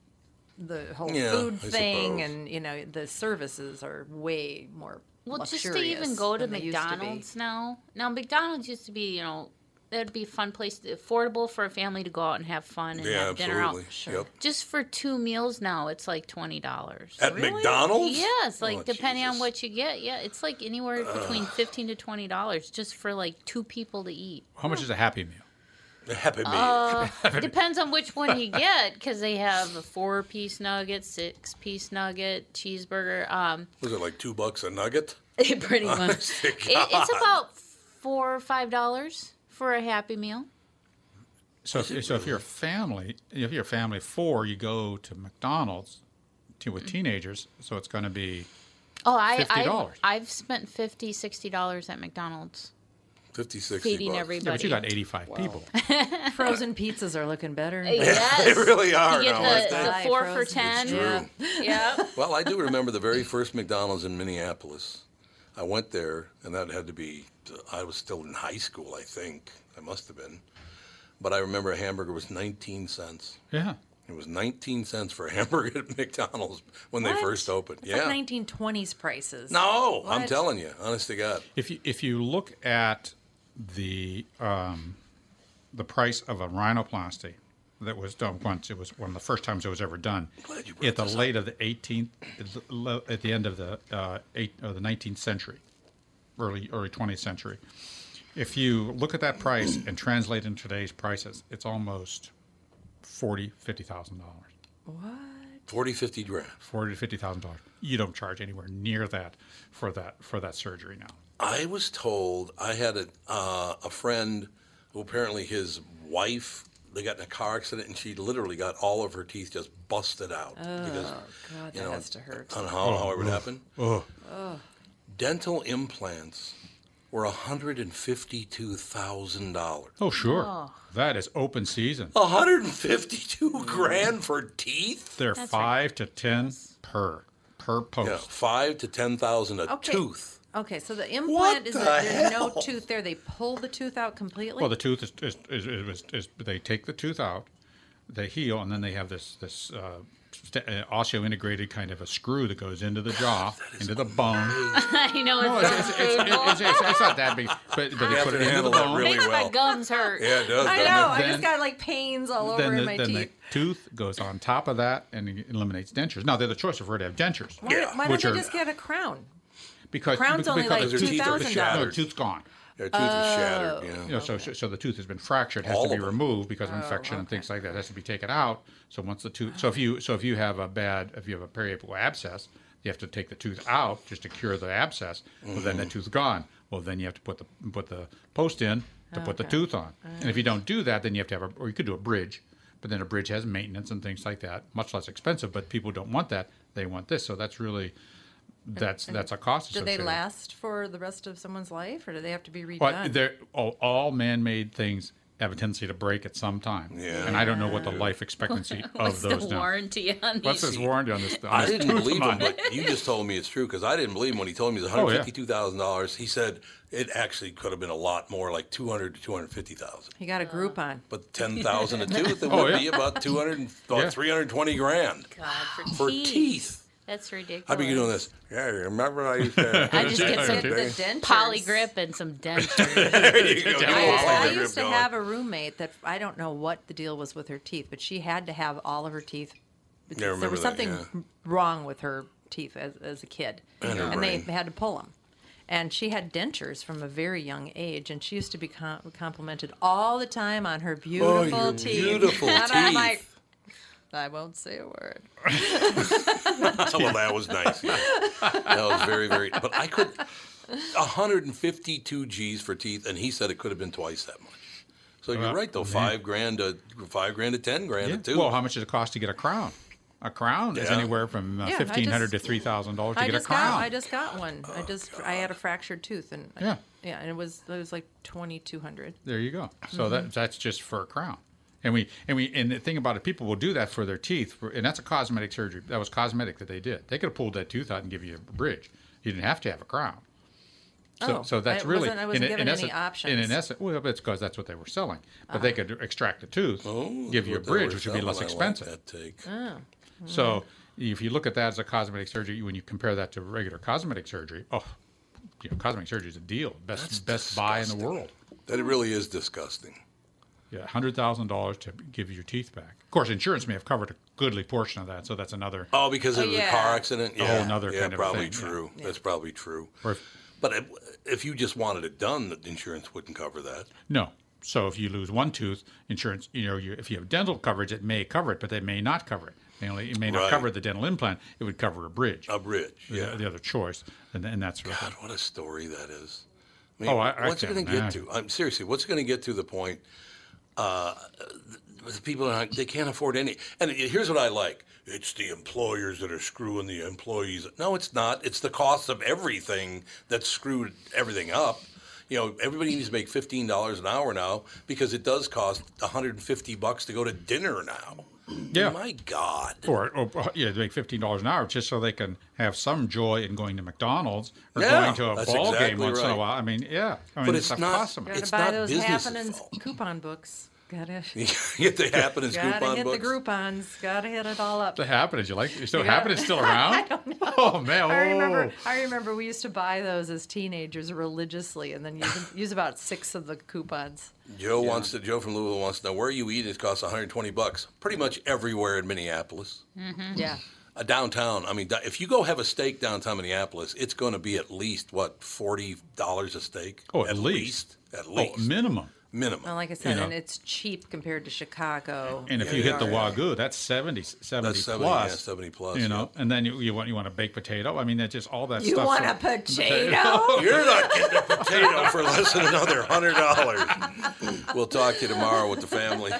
[SPEAKER 3] the whole
[SPEAKER 5] Yeah,
[SPEAKER 3] food
[SPEAKER 5] I
[SPEAKER 3] thing,
[SPEAKER 5] suppose.
[SPEAKER 3] and you know the services are way more.
[SPEAKER 5] Well, just to even
[SPEAKER 3] luxurious
[SPEAKER 5] go to
[SPEAKER 3] than they used to be.
[SPEAKER 5] McDonald's now. Now McDonald's used to be, you know, that'd be a fun place, to, affordable for a family to go out and have fun and
[SPEAKER 1] yeah,
[SPEAKER 5] have dinner out.
[SPEAKER 1] absolutely. Yep.
[SPEAKER 5] Just for two meals now, it's like twenty dollars
[SPEAKER 1] At McDonald's?
[SPEAKER 5] Yes, like
[SPEAKER 1] Oh,
[SPEAKER 5] depending on what you get, yeah, it's like anywhere between fifteen to twenty dollars just for like two people to eat.
[SPEAKER 2] How much is a Happy Meal?
[SPEAKER 1] A Happy Meal.
[SPEAKER 5] Uh, depends on which one you get because they have a four-piece nugget, six-piece nugget, cheeseburger. Um,
[SPEAKER 1] Was it like two bucks a nugget?
[SPEAKER 5] Pretty much.
[SPEAKER 1] Honest to
[SPEAKER 5] It, it's
[SPEAKER 1] God.
[SPEAKER 5] about four or five dollars for a happy meal.
[SPEAKER 2] So, if, so if you're a family, if you're a family of four, you go to McDonald's to, with
[SPEAKER 3] Mm.
[SPEAKER 2] teenagers, so it's going to be
[SPEAKER 5] Oh, I, I
[SPEAKER 2] $50.
[SPEAKER 5] I've spent 50 dollars at McDonald's.
[SPEAKER 1] 50, 60
[SPEAKER 5] Feeding
[SPEAKER 1] bucks.
[SPEAKER 5] everybody. Yeah, but you
[SPEAKER 2] got 85 people.
[SPEAKER 3] Frozen pizzas are looking better.
[SPEAKER 5] Yes.
[SPEAKER 1] They really are
[SPEAKER 5] You get
[SPEAKER 1] now, aren't
[SPEAKER 5] the,
[SPEAKER 1] they?
[SPEAKER 5] the
[SPEAKER 3] Buy
[SPEAKER 5] four for
[SPEAKER 3] frozen.
[SPEAKER 5] ten.
[SPEAKER 3] It's
[SPEAKER 5] Yeah. yeah.
[SPEAKER 1] well, I do remember the very first McDonald's in Minneapolis. I went there, and that had to be, I was still in high school, I think. I must have been. But I remember a hamburger was 19 cents.
[SPEAKER 2] Yeah.
[SPEAKER 1] It was 19 cents for a hamburger at McDonald's when they
[SPEAKER 3] What?
[SPEAKER 1] first opened.
[SPEAKER 3] It's
[SPEAKER 1] yeah.
[SPEAKER 3] like 1920s prices.
[SPEAKER 1] no, I'm
[SPEAKER 3] What?
[SPEAKER 1] telling you, honest to God.
[SPEAKER 2] If you if you look at the um, the price of a rhinoplasty that was done once, it was one of the first times it was ever done. At the late of the 18th, at the lo- at the end of the uh, eight or the 19th century, early early 20th century. If you look at that price and translate in today's prices, it's almost forty fifty thousand dollars.
[SPEAKER 1] 40, 50 grand.
[SPEAKER 2] Forty to fifty thousand dollars. You don't charge anywhere near that for that for that surgery now.
[SPEAKER 1] I was told I had a uh, a friend who apparently his wife they got in a car accident and she literally got all of her teeth just busted out
[SPEAKER 3] Oh, God, that has to hurt.
[SPEAKER 1] on how, how it would
[SPEAKER 2] Oh,
[SPEAKER 1] happen.
[SPEAKER 2] oh.
[SPEAKER 3] Oh.
[SPEAKER 1] Dental implants were hundred and fifty two thousand dollars.
[SPEAKER 2] Oh sure,
[SPEAKER 1] Oh.
[SPEAKER 2] that is open season.
[SPEAKER 3] Oh, Mm.
[SPEAKER 1] hundred and fifty two grand for teeth.
[SPEAKER 2] They're
[SPEAKER 1] That's
[SPEAKER 2] five to ten per per post.
[SPEAKER 1] Yeah, five to ten thousand a
[SPEAKER 3] Okay.
[SPEAKER 1] tooth.
[SPEAKER 3] Okay, so uh, the
[SPEAKER 1] What
[SPEAKER 3] implant is
[SPEAKER 1] the
[SPEAKER 3] that there's no
[SPEAKER 1] hell?
[SPEAKER 3] tooth there. They pull the tooth out completely.
[SPEAKER 2] Well, the tooth is is, is, is, is, is they take the tooth out, they heal, and then they have this this uh, st- uh, osseo integrated kind of a screw that goes into the jaw, into the bone.
[SPEAKER 5] I know
[SPEAKER 2] No,
[SPEAKER 5] it's,
[SPEAKER 2] it's, it's, it's, it's, it's, it's not that big, but, but they
[SPEAKER 1] have
[SPEAKER 2] put
[SPEAKER 1] to
[SPEAKER 2] it into the
[SPEAKER 1] handle that
[SPEAKER 2] bone.
[SPEAKER 1] really
[SPEAKER 5] Makes my gums hurt.
[SPEAKER 1] Yeah, it does.
[SPEAKER 3] I know.
[SPEAKER 1] doesn't
[SPEAKER 3] I
[SPEAKER 2] Then-
[SPEAKER 3] just got like pains all over
[SPEAKER 2] then
[SPEAKER 3] in
[SPEAKER 2] the,
[SPEAKER 3] my
[SPEAKER 2] then
[SPEAKER 3] teeth.
[SPEAKER 2] the tooth goes on top of that and it eliminates dentures. Now, they're the choice of where to have dentures.
[SPEAKER 3] Why, why don't
[SPEAKER 2] which
[SPEAKER 3] they
[SPEAKER 2] are,
[SPEAKER 3] just get a crown?
[SPEAKER 2] because
[SPEAKER 3] Crown's only
[SPEAKER 2] because
[SPEAKER 3] like
[SPEAKER 2] the tooth-
[SPEAKER 3] $2,000.
[SPEAKER 2] No, the tooth's gone.
[SPEAKER 1] Their tooth is
[SPEAKER 3] Oh.
[SPEAKER 1] shattered. You know.
[SPEAKER 2] You know, so, so the tooth has been fractured, has
[SPEAKER 1] All
[SPEAKER 2] to be
[SPEAKER 1] of them.
[SPEAKER 2] removed because of infection and things like that. It has to be taken out. So once the tooth, so if you so if you have a bad, if you have a periapical abscess, you have to take the tooth out just to cure the abscess. Well, then the tooth's gone. Well, then you have to put the put the post in to put the tooth on. And
[SPEAKER 3] Oh.
[SPEAKER 2] if you don't do that, then you have to have a, or you could do a bridge, but then a bridge has maintenance and things like that, much less expensive. But people don't want that; they want this. So that's really that's that's a cost.
[SPEAKER 3] Do they
[SPEAKER 2] associated.
[SPEAKER 3] last for the rest of someone's life, or do they have to be redone?
[SPEAKER 2] But they're all, all man-made things have a tendency to break at some time.
[SPEAKER 1] Yeah.
[SPEAKER 2] And I don't know what the life expectancy of
[SPEAKER 5] What's the
[SPEAKER 2] those now.
[SPEAKER 5] warranty on
[SPEAKER 2] What's
[SPEAKER 5] these?
[SPEAKER 2] his warranty on this? on
[SPEAKER 1] I
[SPEAKER 2] this
[SPEAKER 1] didn't
[SPEAKER 2] tooth of
[SPEAKER 1] believe him,
[SPEAKER 2] mine?
[SPEAKER 1] but you just told me it's true because I didn't believe him when he told me it was one
[SPEAKER 2] Oh,
[SPEAKER 1] hundred
[SPEAKER 2] yeah.
[SPEAKER 1] fifty-two thousand dollars. He said it actually could have been a lot more, like two hundred to two hundred fifty thousand.
[SPEAKER 3] He got a Groupon.
[SPEAKER 1] But ten thousand a tooth, it
[SPEAKER 2] Oh,
[SPEAKER 1] would
[SPEAKER 2] yeah.
[SPEAKER 1] be about two hundred and about
[SPEAKER 2] Yeah.
[SPEAKER 1] three hundred twenty grand.
[SPEAKER 5] God, for,
[SPEAKER 1] For
[SPEAKER 5] teeth.
[SPEAKER 1] teeth.
[SPEAKER 5] That's ridiculous.
[SPEAKER 1] I'd be doing this. Yeah, remember I used to.
[SPEAKER 5] I just get some
[SPEAKER 3] Get the dentures.
[SPEAKER 5] polygrip and some dentures.
[SPEAKER 1] there you go.
[SPEAKER 3] I,
[SPEAKER 1] Get all
[SPEAKER 3] I
[SPEAKER 1] the
[SPEAKER 3] used to
[SPEAKER 1] grip
[SPEAKER 3] have a roommate that I don't know what the deal was with her teeth, but she had to have all of her teeth.
[SPEAKER 1] I
[SPEAKER 3] there
[SPEAKER 1] remember
[SPEAKER 3] was
[SPEAKER 1] that,
[SPEAKER 3] something
[SPEAKER 1] yeah.
[SPEAKER 3] wrong with her teeth as, as a kid,
[SPEAKER 1] And her
[SPEAKER 3] they
[SPEAKER 1] brain.
[SPEAKER 3] had to pull them. And she had dentures from a very young age, and she used to be com- complimented all the time on her
[SPEAKER 1] Oh,
[SPEAKER 3] beautiful
[SPEAKER 1] your
[SPEAKER 3] teeth.
[SPEAKER 1] beautiful
[SPEAKER 3] and I'm like,
[SPEAKER 1] teeth.
[SPEAKER 3] I won't say a word.
[SPEAKER 1] well, that was nice. yeah. That was very, very. But I could 152 G's for teeth, and he said it could have been twice that much. So you're
[SPEAKER 2] Well,
[SPEAKER 1] right, though.
[SPEAKER 2] yeah.
[SPEAKER 1] Five grand to five grand to ten grand
[SPEAKER 2] Yeah.
[SPEAKER 1] to two.
[SPEAKER 2] Well, how much does it cost to get a crown? A crown is
[SPEAKER 1] Yeah.
[SPEAKER 2] anywhere from uh,
[SPEAKER 3] Yeah, I
[SPEAKER 2] fifteen hundred to
[SPEAKER 3] just-
[SPEAKER 2] three thousand dollars to
[SPEAKER 3] I
[SPEAKER 2] get a
[SPEAKER 3] just
[SPEAKER 2] crown.
[SPEAKER 3] got I just got one. I just I had a fractured tooth, and I-
[SPEAKER 2] Yeah.
[SPEAKER 3] yeah, and it was it was like twenty two hundred.
[SPEAKER 2] There you go. So
[SPEAKER 3] Mm-hmm.
[SPEAKER 2] that that's just for a crown. And we and we and the thing about it, people will do that for their teeth, for, and that's a cosmetic surgery. That was cosmetic that they did. They could have pulled that tooth out and give you a bridge. You didn't have to have a crown. So,
[SPEAKER 3] Oh,
[SPEAKER 2] so that's
[SPEAKER 3] I
[SPEAKER 2] really
[SPEAKER 3] wasn't- I wasn't
[SPEAKER 2] in,
[SPEAKER 3] given
[SPEAKER 2] in
[SPEAKER 3] any
[SPEAKER 2] essence, in,
[SPEAKER 3] options. Uh-huh.
[SPEAKER 2] in essence, well, it's because that's what they were selling. But they could extract the tooth, give you a
[SPEAKER 1] What Oh, they
[SPEAKER 2] bridge,
[SPEAKER 1] were
[SPEAKER 2] which would be
[SPEAKER 1] selling,
[SPEAKER 2] less
[SPEAKER 1] I like
[SPEAKER 2] expensive.
[SPEAKER 1] that take.
[SPEAKER 3] Mm-hmm.
[SPEAKER 2] So if you look at that as a cosmetic surgery, when you compare that to regular cosmetic surgery, oh, you know, cosmetic surgery is a deal, best best buy in the world.
[SPEAKER 1] That it really is disgusting.
[SPEAKER 2] Yeah, hundred thousand dollars to give your teeth back. Of course, insurance may have covered a goodly portion of that, so that's another.
[SPEAKER 1] Oh, because
[SPEAKER 3] Oh,
[SPEAKER 1] it was
[SPEAKER 3] yeah.
[SPEAKER 1] a car accident. Yeah,
[SPEAKER 2] whole nother
[SPEAKER 1] yeah,
[SPEAKER 2] kind of
[SPEAKER 1] probably
[SPEAKER 2] thing, yeah.
[SPEAKER 1] true. That's probably true.
[SPEAKER 2] Or if-
[SPEAKER 1] but if- if you just wanted it done, the insurance wouldn't cover that.
[SPEAKER 2] No, so if you lose one tooth, insurance, you know, you, if you have dental coverage, it may cover it, but they may not cover it. They only, it may not
[SPEAKER 1] Right.
[SPEAKER 2] cover the dental implant. It would cover a bridge,
[SPEAKER 1] A bridge.
[SPEAKER 2] the-
[SPEAKER 1] Yeah.
[SPEAKER 2] the, other choice, and, and that's sort of
[SPEAKER 1] God,
[SPEAKER 2] thing.
[SPEAKER 1] what a story that is. I mean,
[SPEAKER 2] Oh, I- I
[SPEAKER 1] what's it
[SPEAKER 2] can't
[SPEAKER 1] going to get
[SPEAKER 2] imagine.
[SPEAKER 1] to? I'm seriously, what's it going to get to the point? Uh, the, the people are not, they can't afford any. And here's what I like: it's the employers that are screwing the employees. No, it's not. It's the cost of everything that screwed everything up. You know, everybody needs to make fifteen dollars an hour now because it does cost 150 bucks to go to dinner now.
[SPEAKER 2] Yeah.
[SPEAKER 1] My God.
[SPEAKER 2] Or, or or, yeah, they make fifteen dollars an hour just so they can have some joy in going to McDonald's or
[SPEAKER 1] Yeah,
[SPEAKER 2] going to a
[SPEAKER 1] that's
[SPEAKER 2] ball game
[SPEAKER 1] exactly
[SPEAKER 2] once in a
[SPEAKER 1] right.
[SPEAKER 2] while. I mean, yeah, I mean,
[SPEAKER 1] But it's
[SPEAKER 2] stuff
[SPEAKER 1] not-
[SPEAKER 2] costs them.
[SPEAKER 3] Gotta
[SPEAKER 1] It's
[SPEAKER 3] buy
[SPEAKER 1] not
[SPEAKER 3] those
[SPEAKER 1] business's
[SPEAKER 3] happenings
[SPEAKER 1] fault.
[SPEAKER 3] coupon books. Gotta,
[SPEAKER 1] Get the happenings
[SPEAKER 3] gotta
[SPEAKER 1] coupon
[SPEAKER 3] hit
[SPEAKER 1] books.
[SPEAKER 3] the Groupons. Gotta hit it all up.
[SPEAKER 2] The happenings you like? You still
[SPEAKER 3] Yeah.
[SPEAKER 2] happening still around?
[SPEAKER 3] I don't know.
[SPEAKER 2] Oh man!
[SPEAKER 3] I remember.
[SPEAKER 2] oh.
[SPEAKER 3] I remember we used to buy those as teenagers religiously, and then use, use about six of the coupons.
[SPEAKER 1] Joe wants to. Joe from Louisville wants to know where you eat. It costs 120 bucks. Pretty much everywhere in Minneapolis,
[SPEAKER 3] Yeah.
[SPEAKER 1] uh, downtown. I mean, di- if you go have a steak downtown Minneapolis, it's going to be at least what forty dollars a steak.
[SPEAKER 2] Oh, at
[SPEAKER 1] least.
[SPEAKER 2] least.
[SPEAKER 1] at
[SPEAKER 2] Oh,
[SPEAKER 1] least
[SPEAKER 2] minimum.
[SPEAKER 1] minimum.
[SPEAKER 3] Well, like I said,
[SPEAKER 2] know.
[SPEAKER 3] and it's cheap compared to Chicago.
[SPEAKER 2] And if
[SPEAKER 1] Yeah,
[SPEAKER 2] you hit
[SPEAKER 1] yeah.
[SPEAKER 2] the wagyu, that's 70, 70
[SPEAKER 1] That's 70,
[SPEAKER 2] plus.
[SPEAKER 1] yeah, 70 plus,
[SPEAKER 2] You
[SPEAKER 1] yeah.
[SPEAKER 2] know, and then you, you want you want a baked potato. I mean, that's just all that
[SPEAKER 3] you
[SPEAKER 2] stuff.
[SPEAKER 3] want
[SPEAKER 2] so-
[SPEAKER 3] a potato?
[SPEAKER 1] You're not getting a potato for less than another hundred dollars. We'll talk to you tomorrow with the family.